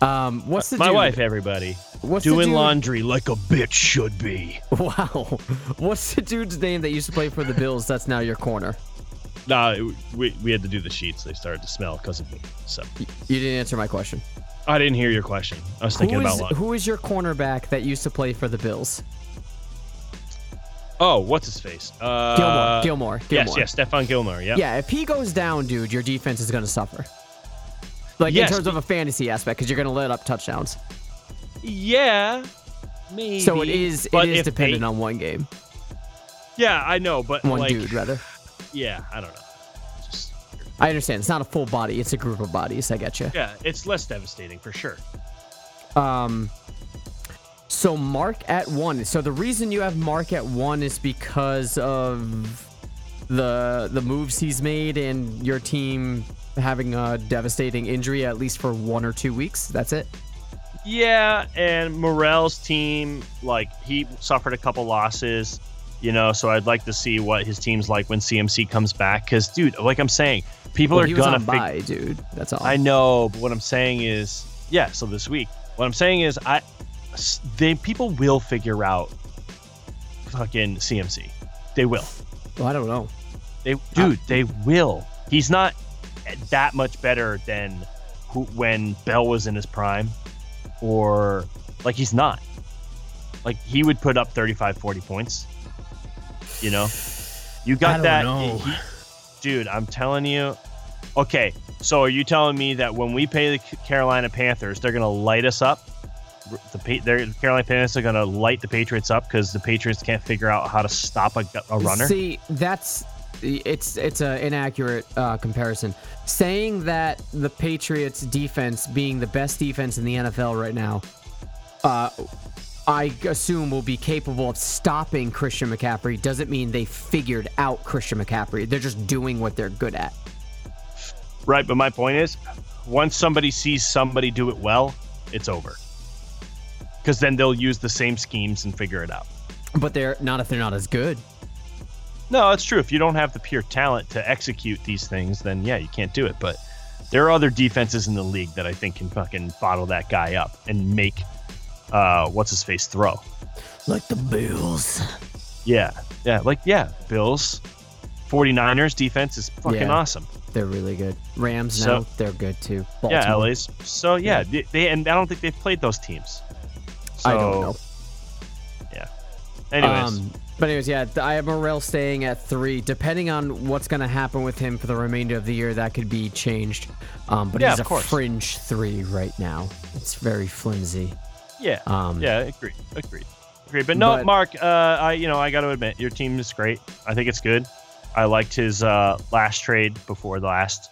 A: Um, what's the
D: my
A: dude-
D: wife, everybody,
A: What's the
D: doing
A: dude-
D: laundry like a bitch should be.
A: Wow. What's the dude's name that used to play for the Bills? That's now your corner.
D: Nah, it- we we had to do the sheets. They started to smell because of me. So
A: You didn't answer my question.
D: I didn't hear your question. I was thinking
A: Who
D: about
A: is,
D: laundry.
A: who is your cornerback that used to play for the Bills?
D: Oh, what's his face? Uh,
A: Gilmore. Gilmore. Gilmore.
D: Yes, yes, Stefan Gilmore. Yeah.
A: Yeah, if he goes down, dude, your defense is going to suffer. Like
D: Yes,
A: in terms of a fantasy aspect, because you're going to let up touchdowns.
D: Yeah. Maybe.
A: So it is
D: Mhm. But
A: it is
D: if
A: dependent
D: they-
A: on one game,
D: Yeah, I know, but
A: one
D: like,
A: dude rather.
D: yeah, I don't know. Just,
A: I understand. It's not a full body; it's a group of bodies. I get you.
D: yeah, it's less devastating for sure.
A: Um, so Mark at one. So the reason you have Mark at one is because of the the moves he's made and your team having a devastating injury at least for one or two weeks. That's it.
D: Yeah, and Morel's team, like he suffered a couple losses, you know. So I'd like to see what his team's like when CMC comes back, because dude, like I'm saying, people
A: Well,
D: are
A: he was
D: gonna
A: on
D: fig-
A: bye, dude. That's all.
D: I know, but what I'm saying is, yeah. So this week, what I'm saying is, I s- they people will figure out fucking CMC. They will.
A: Well, I don't know.
D: They dude, they will. He's not that much better than who, when Bell was in his prime or like he's not. Like he would put up 35 40 points. You know. You got
E: don't
D: that
E: know.
D: he- Dude, I'm telling you. Okay, so are you telling me that when we pay the Carolina Panthers, they're going to light us up? The pa- they're- the Carolina Panthers are going to light the Patriots up because the Patriots can't figure out how to stop a, a runner.
A: See, that's it's it's an inaccurate uh, comparison. Saying that the Patriots' defense being the best defense in the NFL right now, uh, I assume will be capable of stopping Christian McCaffrey doesn't mean they figured out Christian McCaffrey. They're just doing what they're good at.
D: Right, but my point is, once somebody sees somebody do it well, it's over. Because then they'll use the same schemes and figure it out.
A: But they're not if they're not as good.
D: No, it's true. If you don't have the pure talent to execute these things, then yeah, you can't do it. But there are other defenses in the league that I think can fucking bottle that guy up and make uh, what's his face throw.
A: Like the Bills.
D: Yeah, yeah, like yeah, Bills, 49ers defense is fucking
A: Yeah.
D: awesome.
A: They're really good. Rams
D: So-
A: now they're good too.
D: Yeah,
A: Baltimore,
D: LA's. So yeah, They, they and I don't think they've played those teams. So,
A: I don't know.
D: Anyways.
A: Um, but anyways, yeah, th- I have Morel staying at three. Depending on what's going to happen with him for the remainder of the year, that could be changed. Um, but
D: Yeah,
A: he's
D: of
A: a
D: course.
A: fringe three right now. It's very flimsy.
D: Yeah.
A: Um,
D: yeah. Agreed. Agreed. Agreed. But no,
A: but-
D: Mark. Uh, I you know I got to admit your team is great. I think it's good. I liked his uh, last trade before the last.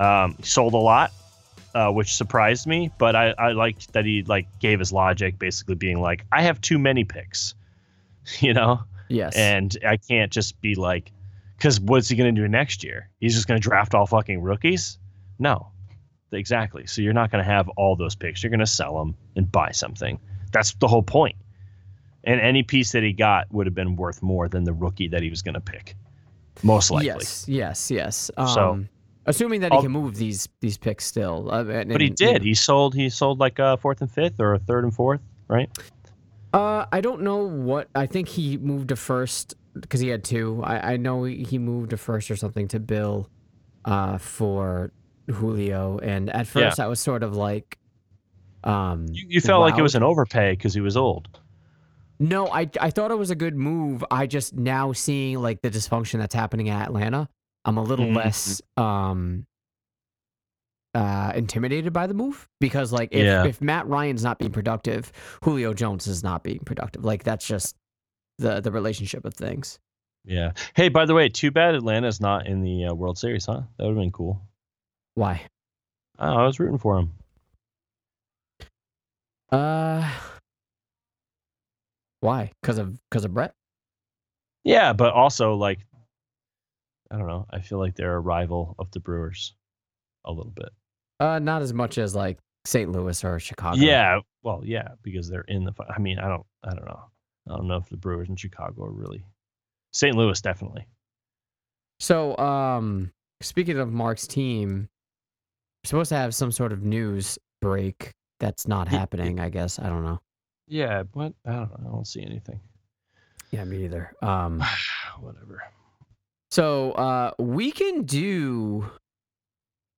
D: Um, he sold a lot, uh, which surprised me. But I, I liked that he like gave his logic, basically being like, I have too many picks, you know,
A: Yes.
D: and I can't just be like, because what's he gonna do next year? He's just gonna draft all fucking rookies? No, exactly. So you're not gonna have all those picks. You're gonna sell them and buy something. That's the whole point. And any piece that he got would have been worth more than the rookie that he was going to pick, most likely.
A: Yes. Yes. Yes. Um,
D: So-
A: assuming that he
D: I'll-
A: can move these these picks still. Uh, and,
D: But he
A: and, you
D: did. He sold. He sold like a fourth and fifth, or a third and fourth, right?
A: Uh, I don't know what. I think he moved to first because he had two. I, I know he he moved to first or something to Bill uh, for Julio. And at
D: Yeah.
A: first, I was sort of like. Um,
D: You, you felt like it
A: wowed.
D: was an overpay because he was old.
A: No, I, I thought it was a good move. I just now seeing like the dysfunction that's happening at Atlanta, I'm a little
D: Mhm.
A: less um uh intimidated by the move because like if,
D: Yeah.
A: if Matt Ryan's not being productive, Julio Jones is not being productive. Like that's just the the relationship of things.
D: Yeah. Hey, by the way, too bad Atlanta's not in the uh, World Series, huh? That would have been cool.
A: Why?
D: Oh, I was rooting for him.
A: Uh why? Because of because of Brett?
D: Yeah, but also like, I don't know. I feel like they're a rival of the Brewers, a little bit.
A: Uh not as much as like St. Louis or Chicago.
D: Yeah. Well, yeah, because they're in the. fi- I mean, I don't. I don't know. I don't know if the Brewers in Chicago are really. St. Louis definitely.
A: So, um, speaking of Mark's team, we're supposed to have some sort of news break that's not
D: Ye-
A: happening, I guess. I don't know.
D: Yeah, but I don't. I don't see anything.
A: Yeah, me either. Um,
D: Whatever.
A: so, uh, we can do,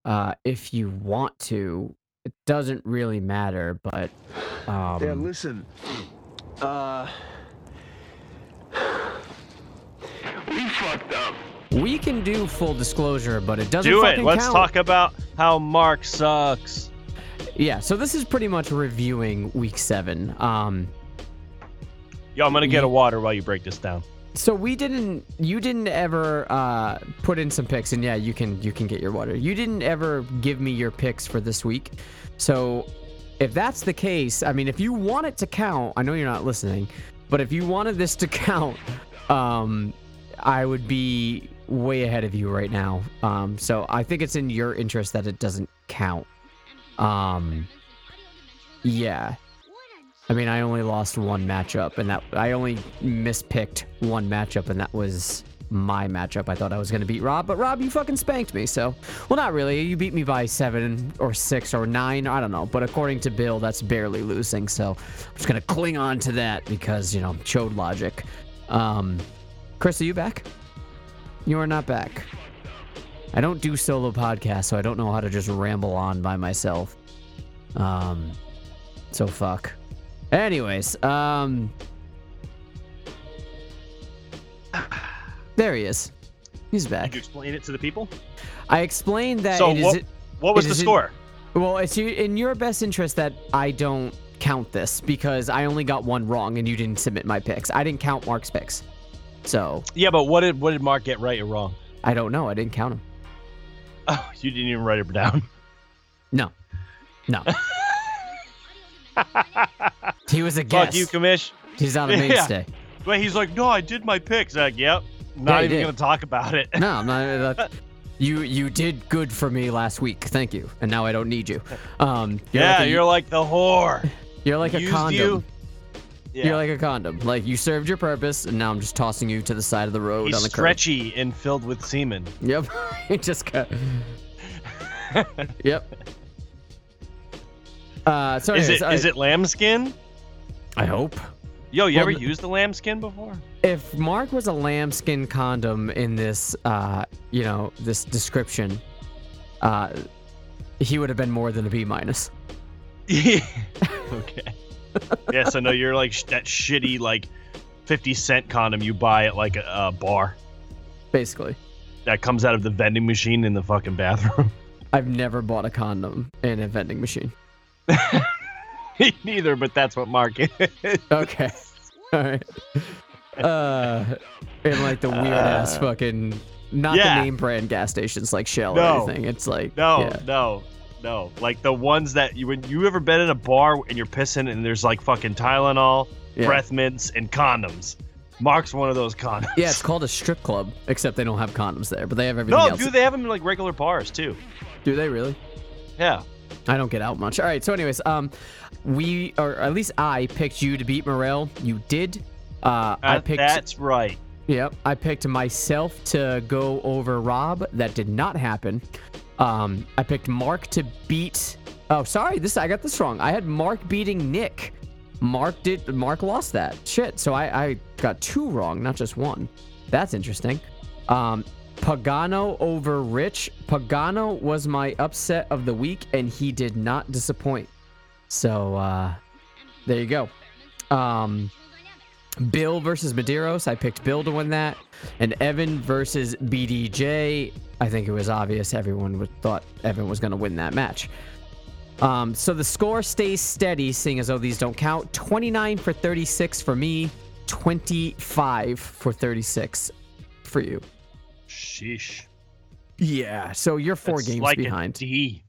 A: uh, if you want to, it doesn't really matter, but, um,
F: Yeah, listen. Uh. We fucked up.
A: we can do full disclosure, but it doesn't
D: Do it.
A: fucking
D: Let's
A: count.
D: talk about how Mark sucks.
A: Yeah. So this is pretty much reviewing week seven. Um,
D: Yo, I'm gonna get a water while you break this down.
A: So we didn't. You didn't ever uh, put in some picks, and yeah, you can you can get your water. You didn't ever give me your picks for this week. So if that's the case, I mean, if you want it to count, I know you're not listening, but if you wanted this to count, um, I would be way ahead of you right now. Um, so I think it's in your interest that it doesn't count. Um, Yeah. I mean, I only lost one matchup, and that I only mispicked one matchup, and that was my matchup. I thought I was gonna beat Rob, but Rob, you fucking spanked me. So, well, not really. You beat me by seven or six or nine. I don't know. But according to Bill, that's barely losing. So, I'm just gonna cling on to that because you know chode logic. Um, Chris, are you back? You are not back. I don't do solo podcasts, so I don't know how to just ramble on by myself. Um, so fuck. Anyways, um, there he is. He's
D: Did you
A: back.
D: explain it to the people?
A: I explained that
D: So
A: it is.
D: what, what was
A: it
D: the
A: is in-
D: score?
A: Well, it's you- in your best interest that I don't count this because I only got one wrong and you didn't submit my picks. I didn't count Mark's picks, so
D: Yeah, but what did what did Mark get right or wrong?
A: I don't know. I didn't count them.
D: Oh, you didn't even write it down.
A: No, no. he was a
D: Fuck
A: guest.
D: you, Commish.
A: He's not a
D: Yeah.
A: mainstay.
D: But he's like, no, I did my picks. Like, yep. Not
A: you
D: even
A: did.
D: gonna talk about it.
A: No, I'm not. uh, That, you you did good for me last week. Thank you. And now I don't need you. Um, you're
D: yeah,
A: like a,
D: you're like the whore.
A: you're like a
D: used
A: condom.
D: you. Yeah.
A: You're like a condom. Like you served your purpose, and now I'm just tossing you to the side of the road
D: he's
A: on the
D: stretchy and filled with semen.
A: curb. Yep. it just got. yep. Uh, so
D: Is
A: anyways,
D: it
A: I,
D: is it lambskin?
A: I hope.
D: Yo, you
A: Well,
D: ever
A: n-
D: used the lambskin before?
A: If Mark was a lambskin condom in this, uh, you know, this description, uh, he would have been more than a B minus.
D: Yeah. okay. yes, I know you're like sh- that shitty like 50 cent condom you buy at like a, a bar
A: Basically,
D: that comes out of the vending machine in the fucking bathroom.
A: I've never bought a condom in a vending machine.
D: Neither, but that's what Mark is.
A: Okay, all right. Uh, in like the weird ass
D: Uh,
A: fucking not
D: yeah.
A: the name brand gas stations like Shell
D: No.
A: or anything. It's like
D: No,
A: yeah.
D: no, no. Like the ones that you when you ever been in a bar and you're pissing and there's like fucking Tylenol,
A: Yeah.
D: breath mints, and condoms. Mark's one of those condoms.
A: Yeah, it's called a strip club, except they don't have condoms there, but they have everything
D: No,
A: else.
D: dude, they have them in like regular bars too.
A: Do they really?
D: Yeah.
A: I don't get out much. All right. So, anyways, um, we or at least I picked you to beat Morel. You did. Uh, I
D: Uh,
A: picked.
D: That's right.
A: Yep. I picked myself to go over Rob. That did not happen. Um, I picked Mark to beat. Oh, sorry. This I got this wrong. I had Mark beating Nick. Mark did. Mark lost that. Shit. So I I got two wrong, not just one. That's interesting. Um, Pagano over Rich. Pagano was my upset of the week, and he did not disappoint. So uh, there you go. Um, Bill versus Medeiros. I picked Bill to win that. And Evan versus BDJ. I think it was obvious everyone would, thought Evan was going to win that match. Um, so the score stays steady, seeing as though these don't count. 29 for 36 for me, 25 for 36 for you.
D: Sheesh.
A: Yeah. So you're four
D: That's
A: games
D: like a
A: behind.
D: D.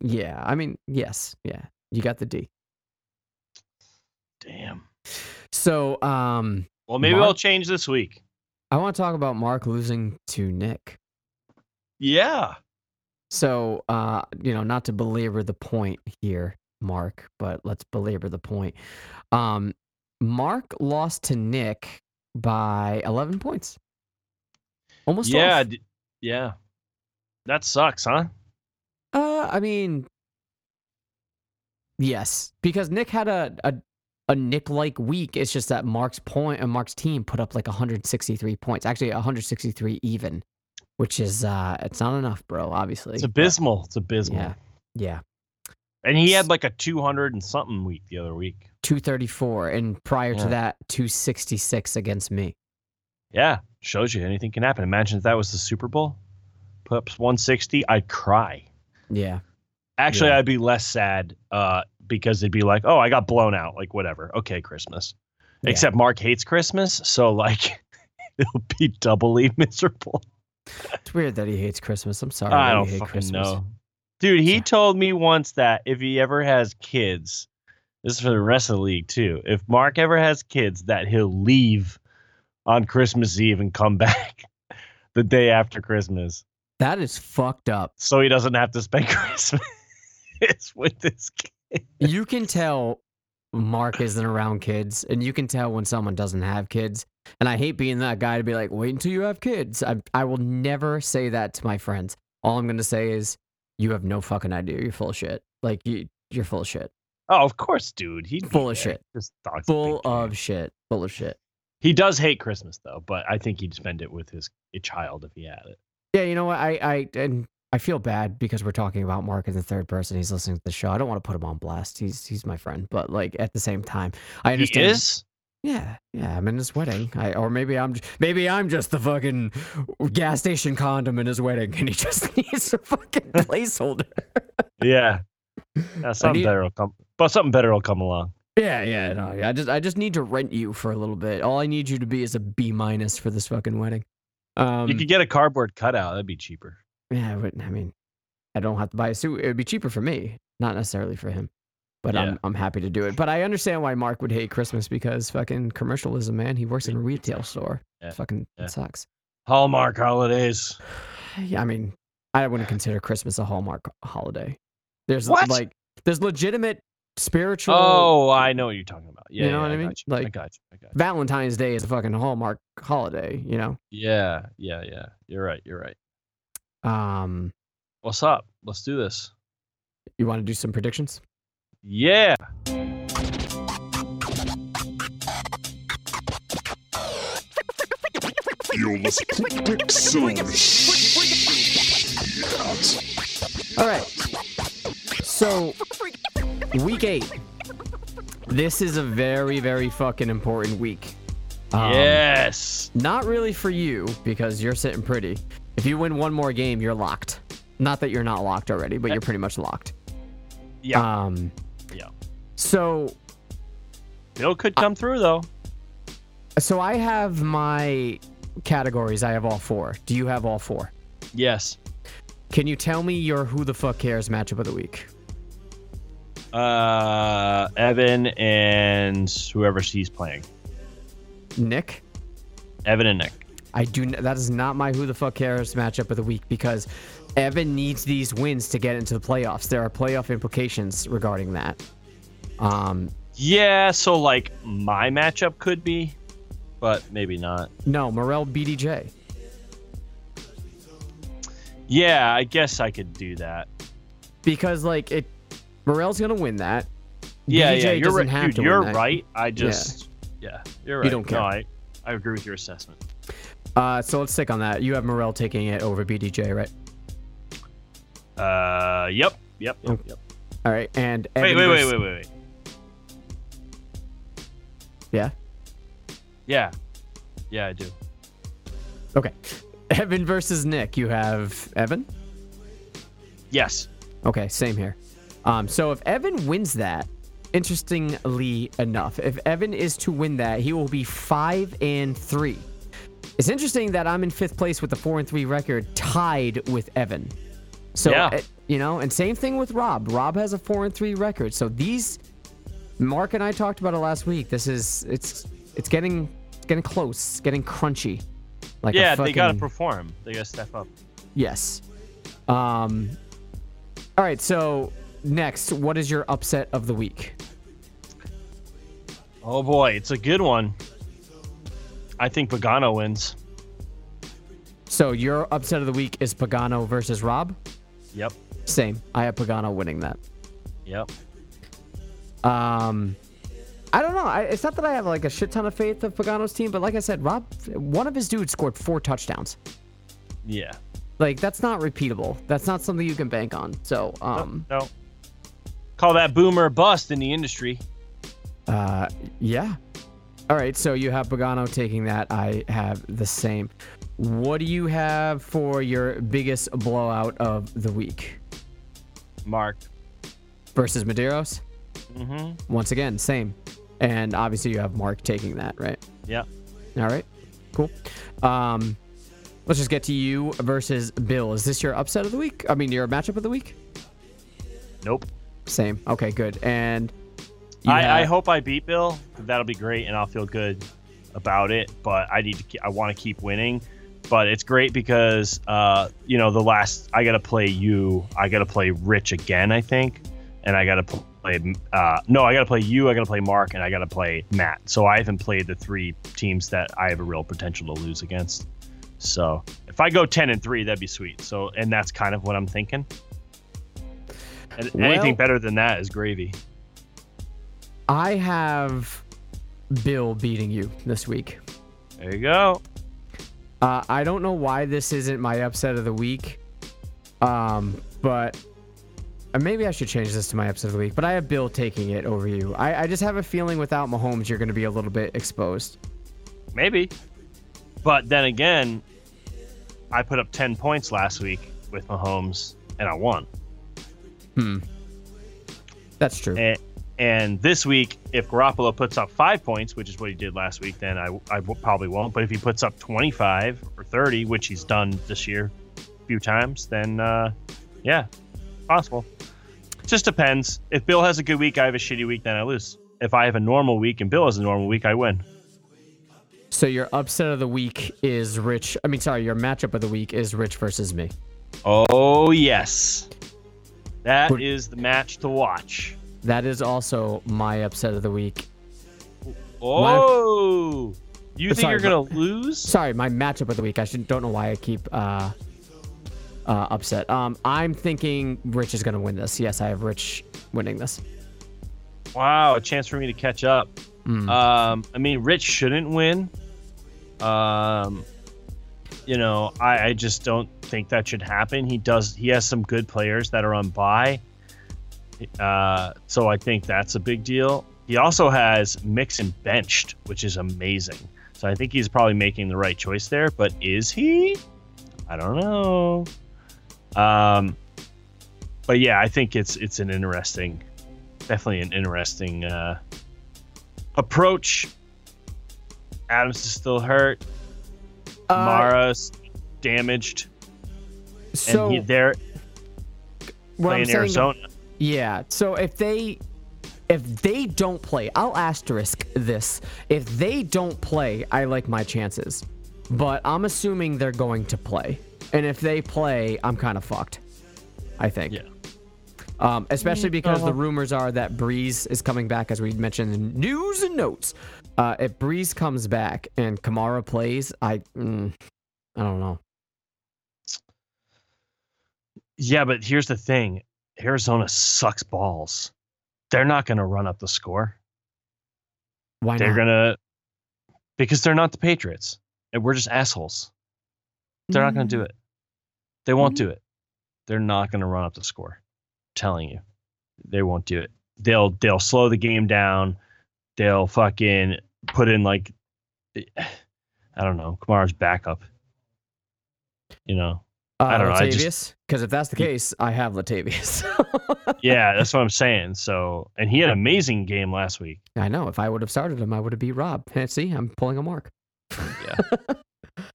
A: yeah. I mean, yes. Yeah. You got the D.
D: Damn.
A: So um,
D: Well, maybe
A: Mark-
D: I'll change this week.
A: I want to talk about Mark losing to Nick.
D: Yeah.
A: So, uh, you know, not to belabor the point here, Mark, but let's belabor the point. Um, Mark lost to Nick by 11 points. Almost 12.
D: yeah. d- yeah. That sucks, huh?
A: Uh, I mean, yes, because Nick had a a, a Nick like week. It's just that Mark's point and Mark's team put up like 163 points, actually 163 even, which is uh, it's not enough, bro. Obviously,
D: It's
A: but
D: abysmal. It's abysmal.
A: Yeah, yeah,
D: And he had like a 200 and something week the other week.
A: 234, and prior
D: Yeah.
A: to that, 266 against me.
D: Yeah. Shows you anything can happen. Imagine if that was the Super Bowl. Pups 160. I'd cry.
A: Yeah,
D: Actually,
A: Yeah.
D: I'd be less sad uh, because they'd be like, oh, I got blown out. Like, whatever. Okay, Christmas.
A: Yeah.
D: Except Mark hates Christmas. So, like, it'll be doubly miserable.
A: it's weird that he hates Christmas. I'm sorry. that
D: I
A: you
D: don't
A: hate
D: fucking
A: Christmas.
D: know. Dude, he
A: Yeah.
D: told me once that if he ever has kids, this is for the rest of the league too. If Mark ever has kids, that he'll leave on Christmas Eve and come back the day after Christmas.
A: That is fucked up.
D: So he doesn't have to spend Christmas with his kids.
A: you can tell Mark isn't around kids, and you can tell when someone doesn't have kids. And I hate being that guy to be like, wait until you have kids. I, I will never say that to my friends. All I'm going to say is, you have no fucking idea. You're full of shit. Like, you, you're full of shit.
D: Oh, of course, dude. He's
A: Full of shit.
D: Just dog's a
A: Full
D: big kid.
A: of shit. Full of shit.
D: He does hate Christmas though, but I think he'd spend it with his a child if he had it.
A: Yeah, you know what? I, I, and I feel bad because we're talking about Mark in the third person. He's listening to the show. I don't want to put him on blast. He's, he's my friend. But, like, at the same time, I
D: He
A: understand.
D: is.
A: Yeah, yeah, I'm in his wedding. I or maybe I'm j- maybe I'm just the fucking gas station condom in his wedding, and he just needs a fucking placeholder.
D: Yeah. Yeah, something
A: need-
D: better will come. But something better will come along.
A: Yeah, yeah, no, yeah, I just I just need to rent you for a little bit. All I need you to be is a B minus for this fucking wedding. Um,
D: you could get a cardboard cutout. That'd be cheaper.
A: yeah, I wouldn't. I mean, I don't have to buy a suit. It would be cheaper for me, not necessarily for him. But
D: Yeah.
A: I'm I'm happy to do it. But I understand why Mark would hate Christmas because fucking commercialism, man. He works in a retail store.
D: Yeah,
A: Fucking
D: yeah.
A: it sucks.
D: Hallmark holidays.
A: Yeah, I mean, I wouldn't consider Christmas a Hallmark holiday. There's
D: What?
A: like there's legitimate spiritual.
D: Oh, I know what you're talking about. Yeah,
A: You know
D: yeah,
A: what I mean?
D: Got you. I
A: Like-
D: got you. I got you.
A: Valentine's Day is a fucking Hallmark holiday, you know.
D: Yeah, yeah, yeah. You're right. You're right.
A: Um,
D: What's up? Let's do this.
A: you want to do some predictions?
D: Yeah.
E: Yo, let's pick some shit.
A: All right. So, week eight. This is a very, very fucking important week. Um,
D: yes.
A: Not really for you because you're sitting pretty. If you win one more game, you're locked. Not that you're not locked already, but you're pretty much locked.
D: Yeah.
A: Um,
D: yeah.
A: So,
D: Bill could come through though.
A: so I have my categories. I have all four. Do you have all four?
D: Yes.
A: Can you tell me your who the fuck cares matchup of the week?
D: Uh, Evan and whoever he's playing.
A: Nick,
D: Evan and Nick.
A: I do. n- That is not my who the fuck cares matchup of the week because Evan needs these wins to get into the playoffs. There are playoff implications regarding that. Um,
D: Yeah, so like my matchup could be, but maybe not.
A: no, Morel BDJ.
D: Yeah, I guess I could do that.
A: because like it, Morel's gonna win that.
D: Yeah,
A: BJ
D: yeah, you're
A: doesn't
D: right.
A: have
D: Dude,
A: to
D: you're
A: win that.
D: right. I just, yeah, you're right.
A: don't
D: No,
A: care.
D: I, I agree with your assessment.
A: Uh, so let's stick on that. You have Morel taking it over BDJ, right?
D: Uh, yep, yep, yep, yep.
A: All right, and
D: Wait,
A: Evan
D: wait, wait,
A: versus-
D: wait, wait, wait.
A: yeah,
D: Yeah, yeah, I do.
A: okay. Evan versus Nick. You have Evan.
D: Yes.
A: Okay, same here. Um, so if Evan wins that, interestingly enough, if Evan is to win that, he will be five and three. It's interesting that I'm in fifth place with a four and three record, tied with Evan. So
D: Yeah.
A: eh, you know, and same thing with Rob. Rob has a four and three record. So these, Mark and I talked about it last week. This is it's it's getting it's getting close, it's getting crunchy. Like a
D: Yeah, they gotta
A: fucking-
D: perform. They gotta step up.
A: Yes. Um. All right. So next, what is your upset of the week?
D: Oh boy, it's a good one. I think Pagano wins.
A: So your upset of the week is Pagano versus Rob.
D: Yep,
A: Same. I have Pagano winning that.
D: yep.
A: Um. I don't know. I, it's not that I have like a shit ton of faith of Pagano's team, but like I said, Rob, one of his dudes scored four touchdowns.
D: Yeah.
A: Like that's not repeatable. That's not something you can bank on. So, um,
D: No. Call that boomer bust in the industry.
A: Uh, yeah. All right, so you have Pagano taking that. I have the same. What do you have for your biggest blowout of the week
D: Mark.
A: versus Medeiros?
D: Mm-hmm.
A: Once again, same. And obviously, you have Mark taking that, right?
D: Yeah.
A: All right, cool. Um, let's just get to you versus Bill. Is this your upset of the week? I mean, your matchup of the week?
D: Nope.
A: Same. Okay, good. And you
D: I, I
A: have-
D: hope I beat Bill. That'll be great, and I'll feel good about it. But I need to. ke- I want to keep winning. But it's great because uh, you know the last I got to play you. I got to play Rich again. I think, and I got to play. Uh, no, I got to play you. I got to play Mark, and I got to play Matt. So I haven't played the three teams that I have a real potential to lose against. So if I go ten and three, that'd be sweet. So and that's kind of what I'm thinking. And
A: Well-
D: anything better than that is gravy.
A: I have Bill beating you this week.
D: There you go.
A: Uh, I don't know why this isn't my upset of the week, um, but uh, maybe I should change this to my upset of the week. But I have Bill taking it over you. I, I just have a feeling without Mahomes, you're going to be a little bit exposed.
D: Maybe. But then again, I put up 10 points last week with Mahomes and I won.
A: That's true.
D: And, and this week, if Garoppolo puts up five points, which is what he did last week, then I, I w- probably won't. But if he puts up 25 or 30, which he's done this year a few times, then uh, yeah, possible. Just depends. If Bill has a good week, I have a shitty week, then I lose. If I have a normal week and Bill has a normal week, I win.
A: So your upset of the week is Rich. I mean, sorry, your matchup of the week is Rich versus me.
D: Oh yes, that
A: But-
D: is the match to watch.
A: That is also my upset of the week.
D: Oh, you
A: Uh,
D: think
A: sorry,
D: you're gonna lose?
A: Sorry, my matchup of the week. I should don't know why I keep uh, uh, upset. Um, I'm thinking Rich is going to win this. Yes, I have Rich winning this.
D: Wow, a chance for me to catch up.
A: Mm.
D: Um, I mean, Rich shouldn't win. Um, you know, I, I just don't think that should happen. He does. He has some good players that are on bye. Uh, so I think that's a big deal. He also has Mixon benched, which is amazing. So I think he's probably making the right choice there. But is he? I don't know. Um, but yeah, I think it's it's an interesting, definitely an interesting uh, approach. Adams is still hurt.
A: Uh,
D: Kamara's damaged,
A: so
D: and he, they're
A: what I'm
D: playing
A: saying-
D: Arizona.
A: yeah. So if they if they don't play, I'll asterisk this. If they don't play, I like my chances. But I'm assuming they're going to play. And if they play, I'm kind of fucked. I think.
D: Yeah.
A: Um, especially because the rumors are that Breeze is coming back, as we mentioned in news and notes. Uh, if Breeze comes back and Kamara plays, I, mm, I don't know.
D: Yeah, but here's the thing: Arizona sucks balls. They're not going to run up the score.
A: Why
D: they're
A: not?
D: gonna because they're not the Patriots, and we're just assholes. They're not gonna do it. They won't do it. They're not gonna run up the score. telling you, they won't do it. They'll they'll slow the game down. They'll fucking put in like I don't know Kamara's backup. You know,
A: Uh,
D: I don't know, I
A: Latavius? Because if that's the case, I have Latavius.
D: yeah, that's what I'm saying. So, and he had an amazing game last week.
A: I know. If I would have started him, I would have beat Rob. And See, I'm pulling a mark.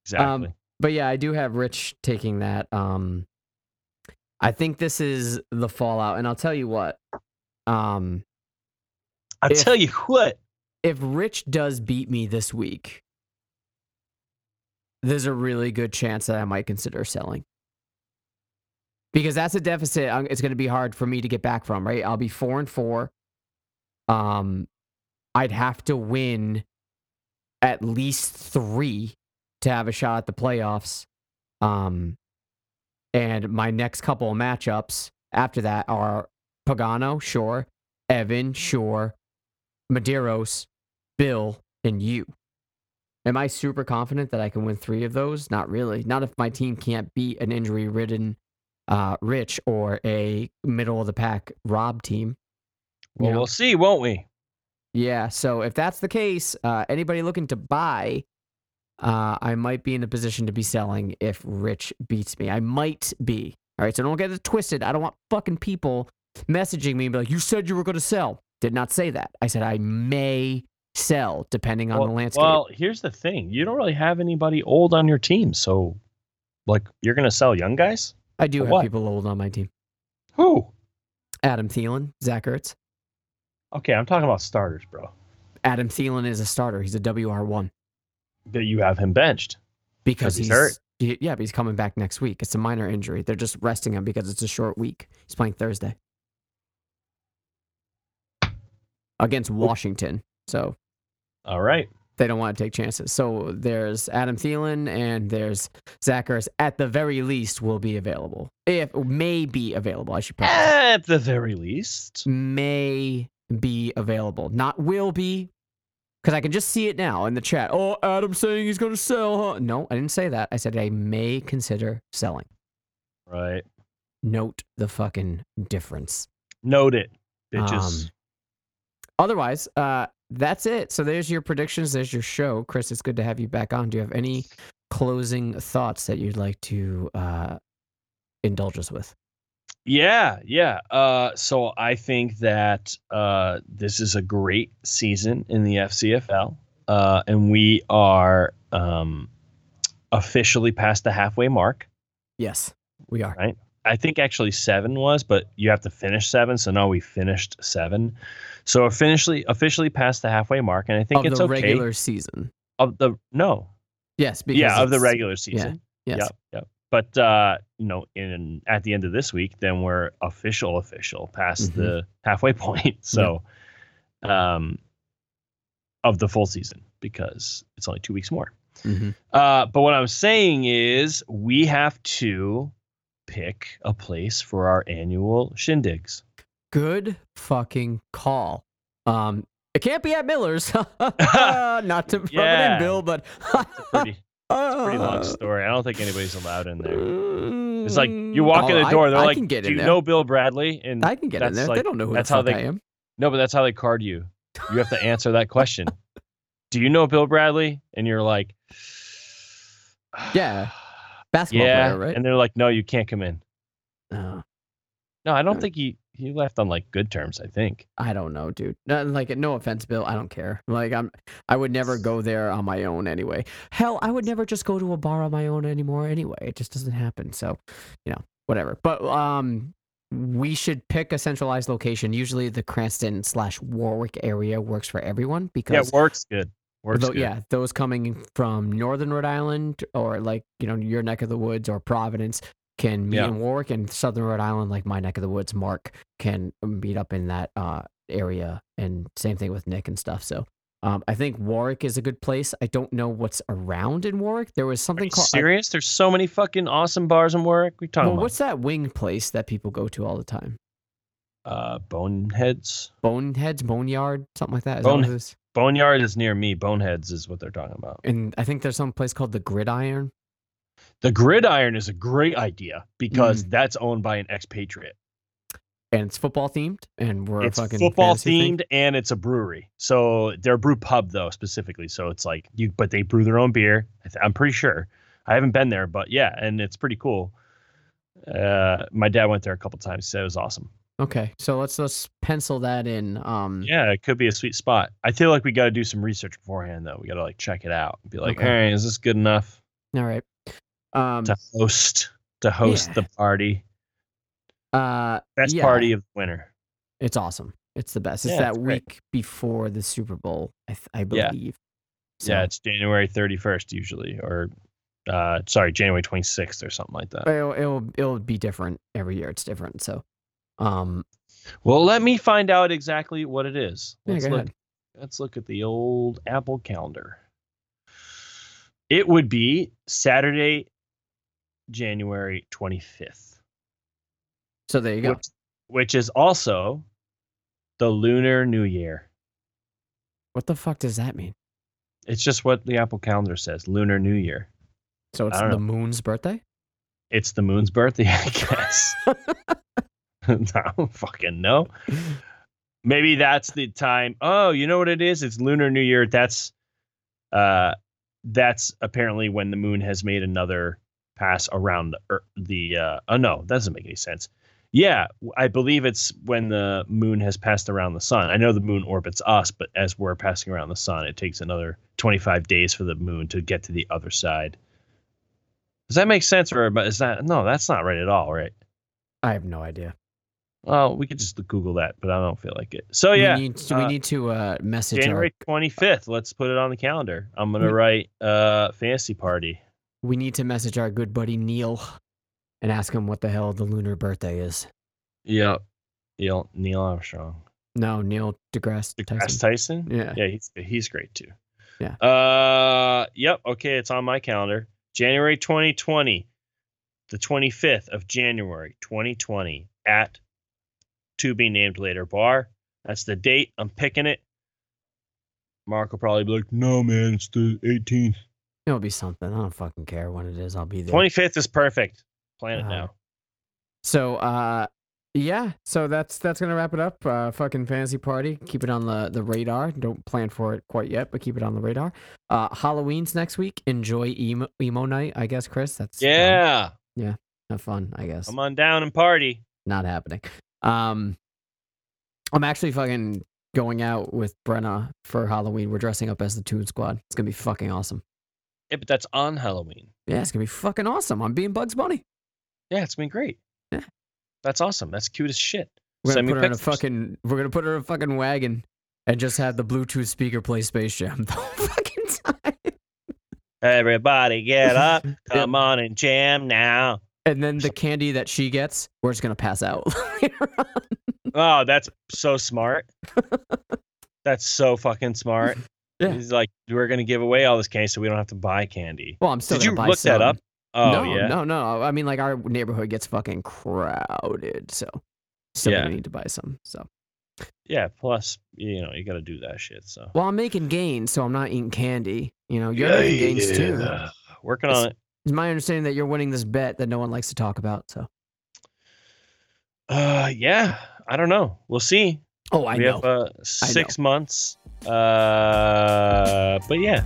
D: Exactly.
A: But yeah, I do have Rich taking that. Um, I think this is the fallout, and I'll tell you what. Um,
D: I
A: if-
D: tell you what,
A: if Rich does beat me this week, there's a really good chance that I might consider selling. Because that's a deficit I'm- it's going to be hard for me to get back from, right? I'll be 4 and 4. Um I'd have to win at least 3 to have a shot at the playoffs. Um and my next couple of matchups after that are Pagano, sure, Evan, sure, Medeiros, Bill, and you. Am I super confident that I can win three of those? Not really. Not if my team can't beat an injury ridden uh, Rich or a middle of the pack Rob team. you
D: well,
A: know?
D: we'll see, won't we?
A: Yeah. So if that's the case, uh, anybody looking to buy, uh, I might be in a position to be selling if Rich beats me. I might be. All right. So don't get it twisted. I don't want fucking people messaging me and be like, you said you were going to sell. Did not say that. I said I may sell depending on the landscape.
D: Well, here's the thing: you don't really have anybody old on your team, so like you're gonna sell young guys.
A: I do have
D: what?
A: people old on my team
D: Who?
A: Adam Thielen, Zach Ertz.
D: Okay, I'm talking about starters, bro.
A: Adam Thielen is a starter. He's a WR1
D: That you have him benched.
A: because
D: 'Cause he's
A: he's,
D: hurt.
A: he- yeah, but he's coming back next week. It's a minor injury. They're just resting him because it's a short week. He's playing Thursday. against Washington. So
D: All right.
A: they don't want to take chances. So there's Adam Thielen and there's Zacharias. At the very least, will be available. If may be available, I should probably
D: At the very least.
A: may be available, not will be, because I can just see it now in the chat. Oh, Adam's saying he's going to sell. Huh? No, I didn't say that. I said I may consider selling.
D: Right.
A: Note the fucking difference.
D: Note it, bitches.
A: Um, otherwise, uh, that's it. So there's your predictions. There's your show, Chris. It's good to have you back on. Do you have any closing thoughts that you'd like to uh, indulge us with?
D: Yeah, yeah. Uh, so I think that uh, this is a great season in the FCFL, uh, and we are um, officially past the halfway mark.
A: Yes, we are.
D: I think actually seven was, but you have to finish seven. So now we finished seven. So officially, officially past the halfway mark, and I think
A: of
D: it's
A: the
D: okay.
A: regular season.
D: of the no,
A: Yes, because
D: yeah, of the
A: it's-
D: regular season.
A: Yes.
D: Yep, yep. But uh, you know, in at the end of this week, then we're official, official past
A: Mhm.
D: the halfway point. So, um, of the full season because it's only two weeks more.
A: Mhm.
D: Uh, but what I'm saying is we have to pick a place for our annual shindigs.
A: Good fucking call. Um, it can't be at Miller's. Not to rub it in,
D: Yeah.
A: Bill, but
D: Pretty,
A: Oh.
D: pretty long story. I don't think anybody's allowed in there. It's like you walk in
A: Oh,
D: the
A: I-
D: door, they're
A: I
D: like,
A: can get
D: "Do
A: in
D: you
A: there.
D: know Bill Bradley?" And
A: I can get in
D: that's
A: there. they
D: like-
A: don't know who the
D: that's how
A: fuck
D: they-
A: I am.
D: No, but that's how they card you. You have to answer that question. Do you know Bill Bradley? And you're like,
A: Yeah, basketball
D: yeah.
A: player, right?
D: And they're like, no, you can't come in.
A: Oh,
D: No, I don't
A: Hmm.
D: think he he left on like good terms. I think.
A: I don't know, dude. No, like, no offense, Bill. I don't care. Like, I'm, I would never go there on my own anyway. Hell, I would never just go to a bar on my own anymore anyway. It just doesn't happen. So, you know, whatever. But um, we should pick a centralized location. Usually, the Cranston slash Warwick area works for everyone
D: Yeah,
A: because
D: works good. Works
A: Tho-
D: good.
A: yeah, those coming from northern Rhode Island or like you know your neck of the woods or Providence can meet
D: Yeah.
A: in Warwick, and southern Rhode Island, like my neck of the woods, Mark can meet up in that uh, area, and same thing with Nick and stuff. So. Um, I think Warwick is a good place. I don't know what's around in Warwick. There was
D: Are
A: something
D: you
A: called. I-
D: serious? There's so many fucking awesome bars in Warwick. We talking
A: well,
D: about
A: what's that wing place that people go to all the time?
D: uh, Boneheads.
A: Boneheads, Boneyard, something like that. Is that what
D: Bone-
A: it is?
D: Boneyard is near me. Boneheads is what they're talking about.
A: And I think there's some place called the Gridiron.
D: The Gridiron is a great idea
A: Mm.
D: because that's owned by an expatriate.
A: and it's football themed, and we're a
D: it's
A: fucking
D: football
A: fantasy thing.
D: themed and it's a brewery. So they're a brew pub though specifically. So it's like you, but they brew their own beer. I th- I'm pretty sure. I haven't been there, but yeah, and it's pretty cool. Uh, my dad went there a couple times. Said it was awesome.
A: Okay, so let's let's pencil that in. Um,
D: Yeah, it could be a sweet spot. I feel like we got to do some research beforehand though. We got to like check it out. Be like,
A: Okay.
D: all right, is this good enough
A: All right. Um,
D: to host to host
A: Yeah.
D: the party?
A: uh,
D: Best
A: Yeah.
D: party of the winter.
A: it's awesome. It's the best. It's
D: Yeah,
A: that
D: it's
A: week
D: great.
A: before the Super Bowl, I, th- I
D: Yeah.
A: believe.
D: Yeah,
A: So-
D: it's January 31st usually, or uh, sorry, January 26th or something like that.
A: it'll, it'll it'll be different every year. It's different. So, um,
D: Well, let me find out exactly what it is.
A: yeah,
D: Let's
A: go
D: look.
A: ahead.
D: Let's look at the old Apple calendar. It would be Saturday, January 25th,
A: So there you go.
D: Which, which is also the Lunar New Year.
A: What the fuck does that mean?
D: It's just what the Apple calendar says, Lunar New Year.
A: So it's the
D: don't know.
A: moon's birthday.
D: It's the moon's birthday, I guess. I don't fucking know. Maybe that's the time. Oh, you know what it is? It's Lunar New Year. That's uh that's apparently when the moon has made another pass around the earth, the uh oh no, that doesn't make any sense. Yeah, I believe it's when the moon has passed around the sun. I know the moon orbits us, but as we're passing around the sun, it takes another 25 days for the moon to get to the other side. Does that make sense or is that no, that's not right at all, right?
A: I have no idea.
D: Well, we could just Google that, but I don't feel like it. So
A: we
D: yeah,
A: need to, we
D: uh,
A: need to uh, message our-
D: January twenty fifth. Let's put it on the calendar. I'm gonna
A: We-
D: write uh fancy party.
A: we need to message our good buddy Neil and ask him what the hell the lunar birthday is.
D: Yep. Neil Neil Armstrong.
A: No, Neil deGrasse Tyson.
D: Tyson. Tyson.
A: Yeah.
D: yeah, he's he's great too.
A: Yeah.
D: Uh, yep. Okay, it's on my calendar. January 2020, the 25th of January 2020 at to be named later bar. That's the date. I'm picking it. Mark will probably be like, "No, man, it's the 18th."
A: It'll be something. I don't fucking care when it is. I'll be there.
D: 25th is perfect. Plan it
A: Uh,
D: now.
A: So uh yeah, so that's that's gonna wrap it up. Uh fucking fantasy party. Keep it on the, the radar. Don't plan for it quite yet, but keep it on the radar. Uh Halloween's next week. Enjoy emo emo night, I guess, Chris. That's uh,
D: Yeah,
A: have fun, I guess.
D: come on down and party.
A: Not happening. Um I'm actually fucking going out with Brenna for Halloween. We're dressing up as the Toon Squad. It's gonna be fucking awesome.
D: Yeah, but that's on Halloween.
A: Yeah, it's gonna be fucking awesome. I'm being Bugs Bunny.
D: Yeah, it's been great.
A: Yeah.
D: That's awesome. That's cute as shit.
A: We're gonna
D: Send me
A: put her in a
D: pictures.
A: fucking. We're gonna put her in a fucking wagon and just have the Bluetooth speaker play Space Jam the whole fucking time.
D: Everybody get up.
A: Yep.
D: Come on and jam now.
A: And then the candy that she gets, we're just gonna pass out. later on.
D: Oh, that's so smart. that's so fucking smart.
A: Yeah.
D: He's like, we're gonna give away all this candy so we don't have to buy candy.
A: well, I'm still.
D: Did
A: gonna
D: you
A: buy
D: look that up?
A: some.
D: Oh
A: no,
D: yeah.
A: no, no. I mean, like our neighborhood gets fucking crowded, so still
D: Yeah.
A: gonna need to buy some. So,
D: Yeah. Plus, you know, you gotta do that shit. So
A: well, I'm making gains, so I'm not eating candy. You know, you're making gains too.
D: Yeah. Working on it.
A: It's my understanding that you're winning this bet that no one likes to talk about. So,
D: Uh yeah. I don't know. We'll see.
A: oh, I
D: we
A: know.
D: have uh, six months. Uh, but yeah,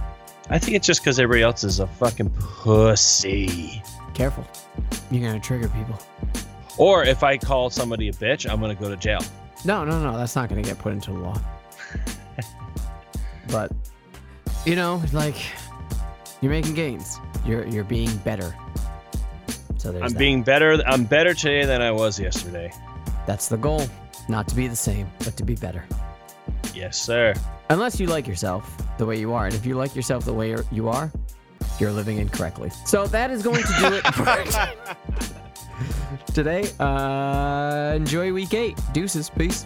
D: I think it's just because everybody else is a fucking pussy.
A: Careful, you're gonna trigger people.
D: Or if I call somebody a bitch, I'm gonna go to jail.
A: No, no, no. That's not going to get put into law. but you know, like you're making gains. You're you're being better. So there's
D: I'm
A: that.
D: being better. I'm better today than I was yesterday.
A: That's the goal. Not to be the same, but to be better.
D: Yes, sir.
A: Unless you like yourself the way you are, and if you like yourself the way you're, you are, you're living incorrectly. So that is going to do it for today. Uh, enjoy week eight. Deuces. Peace.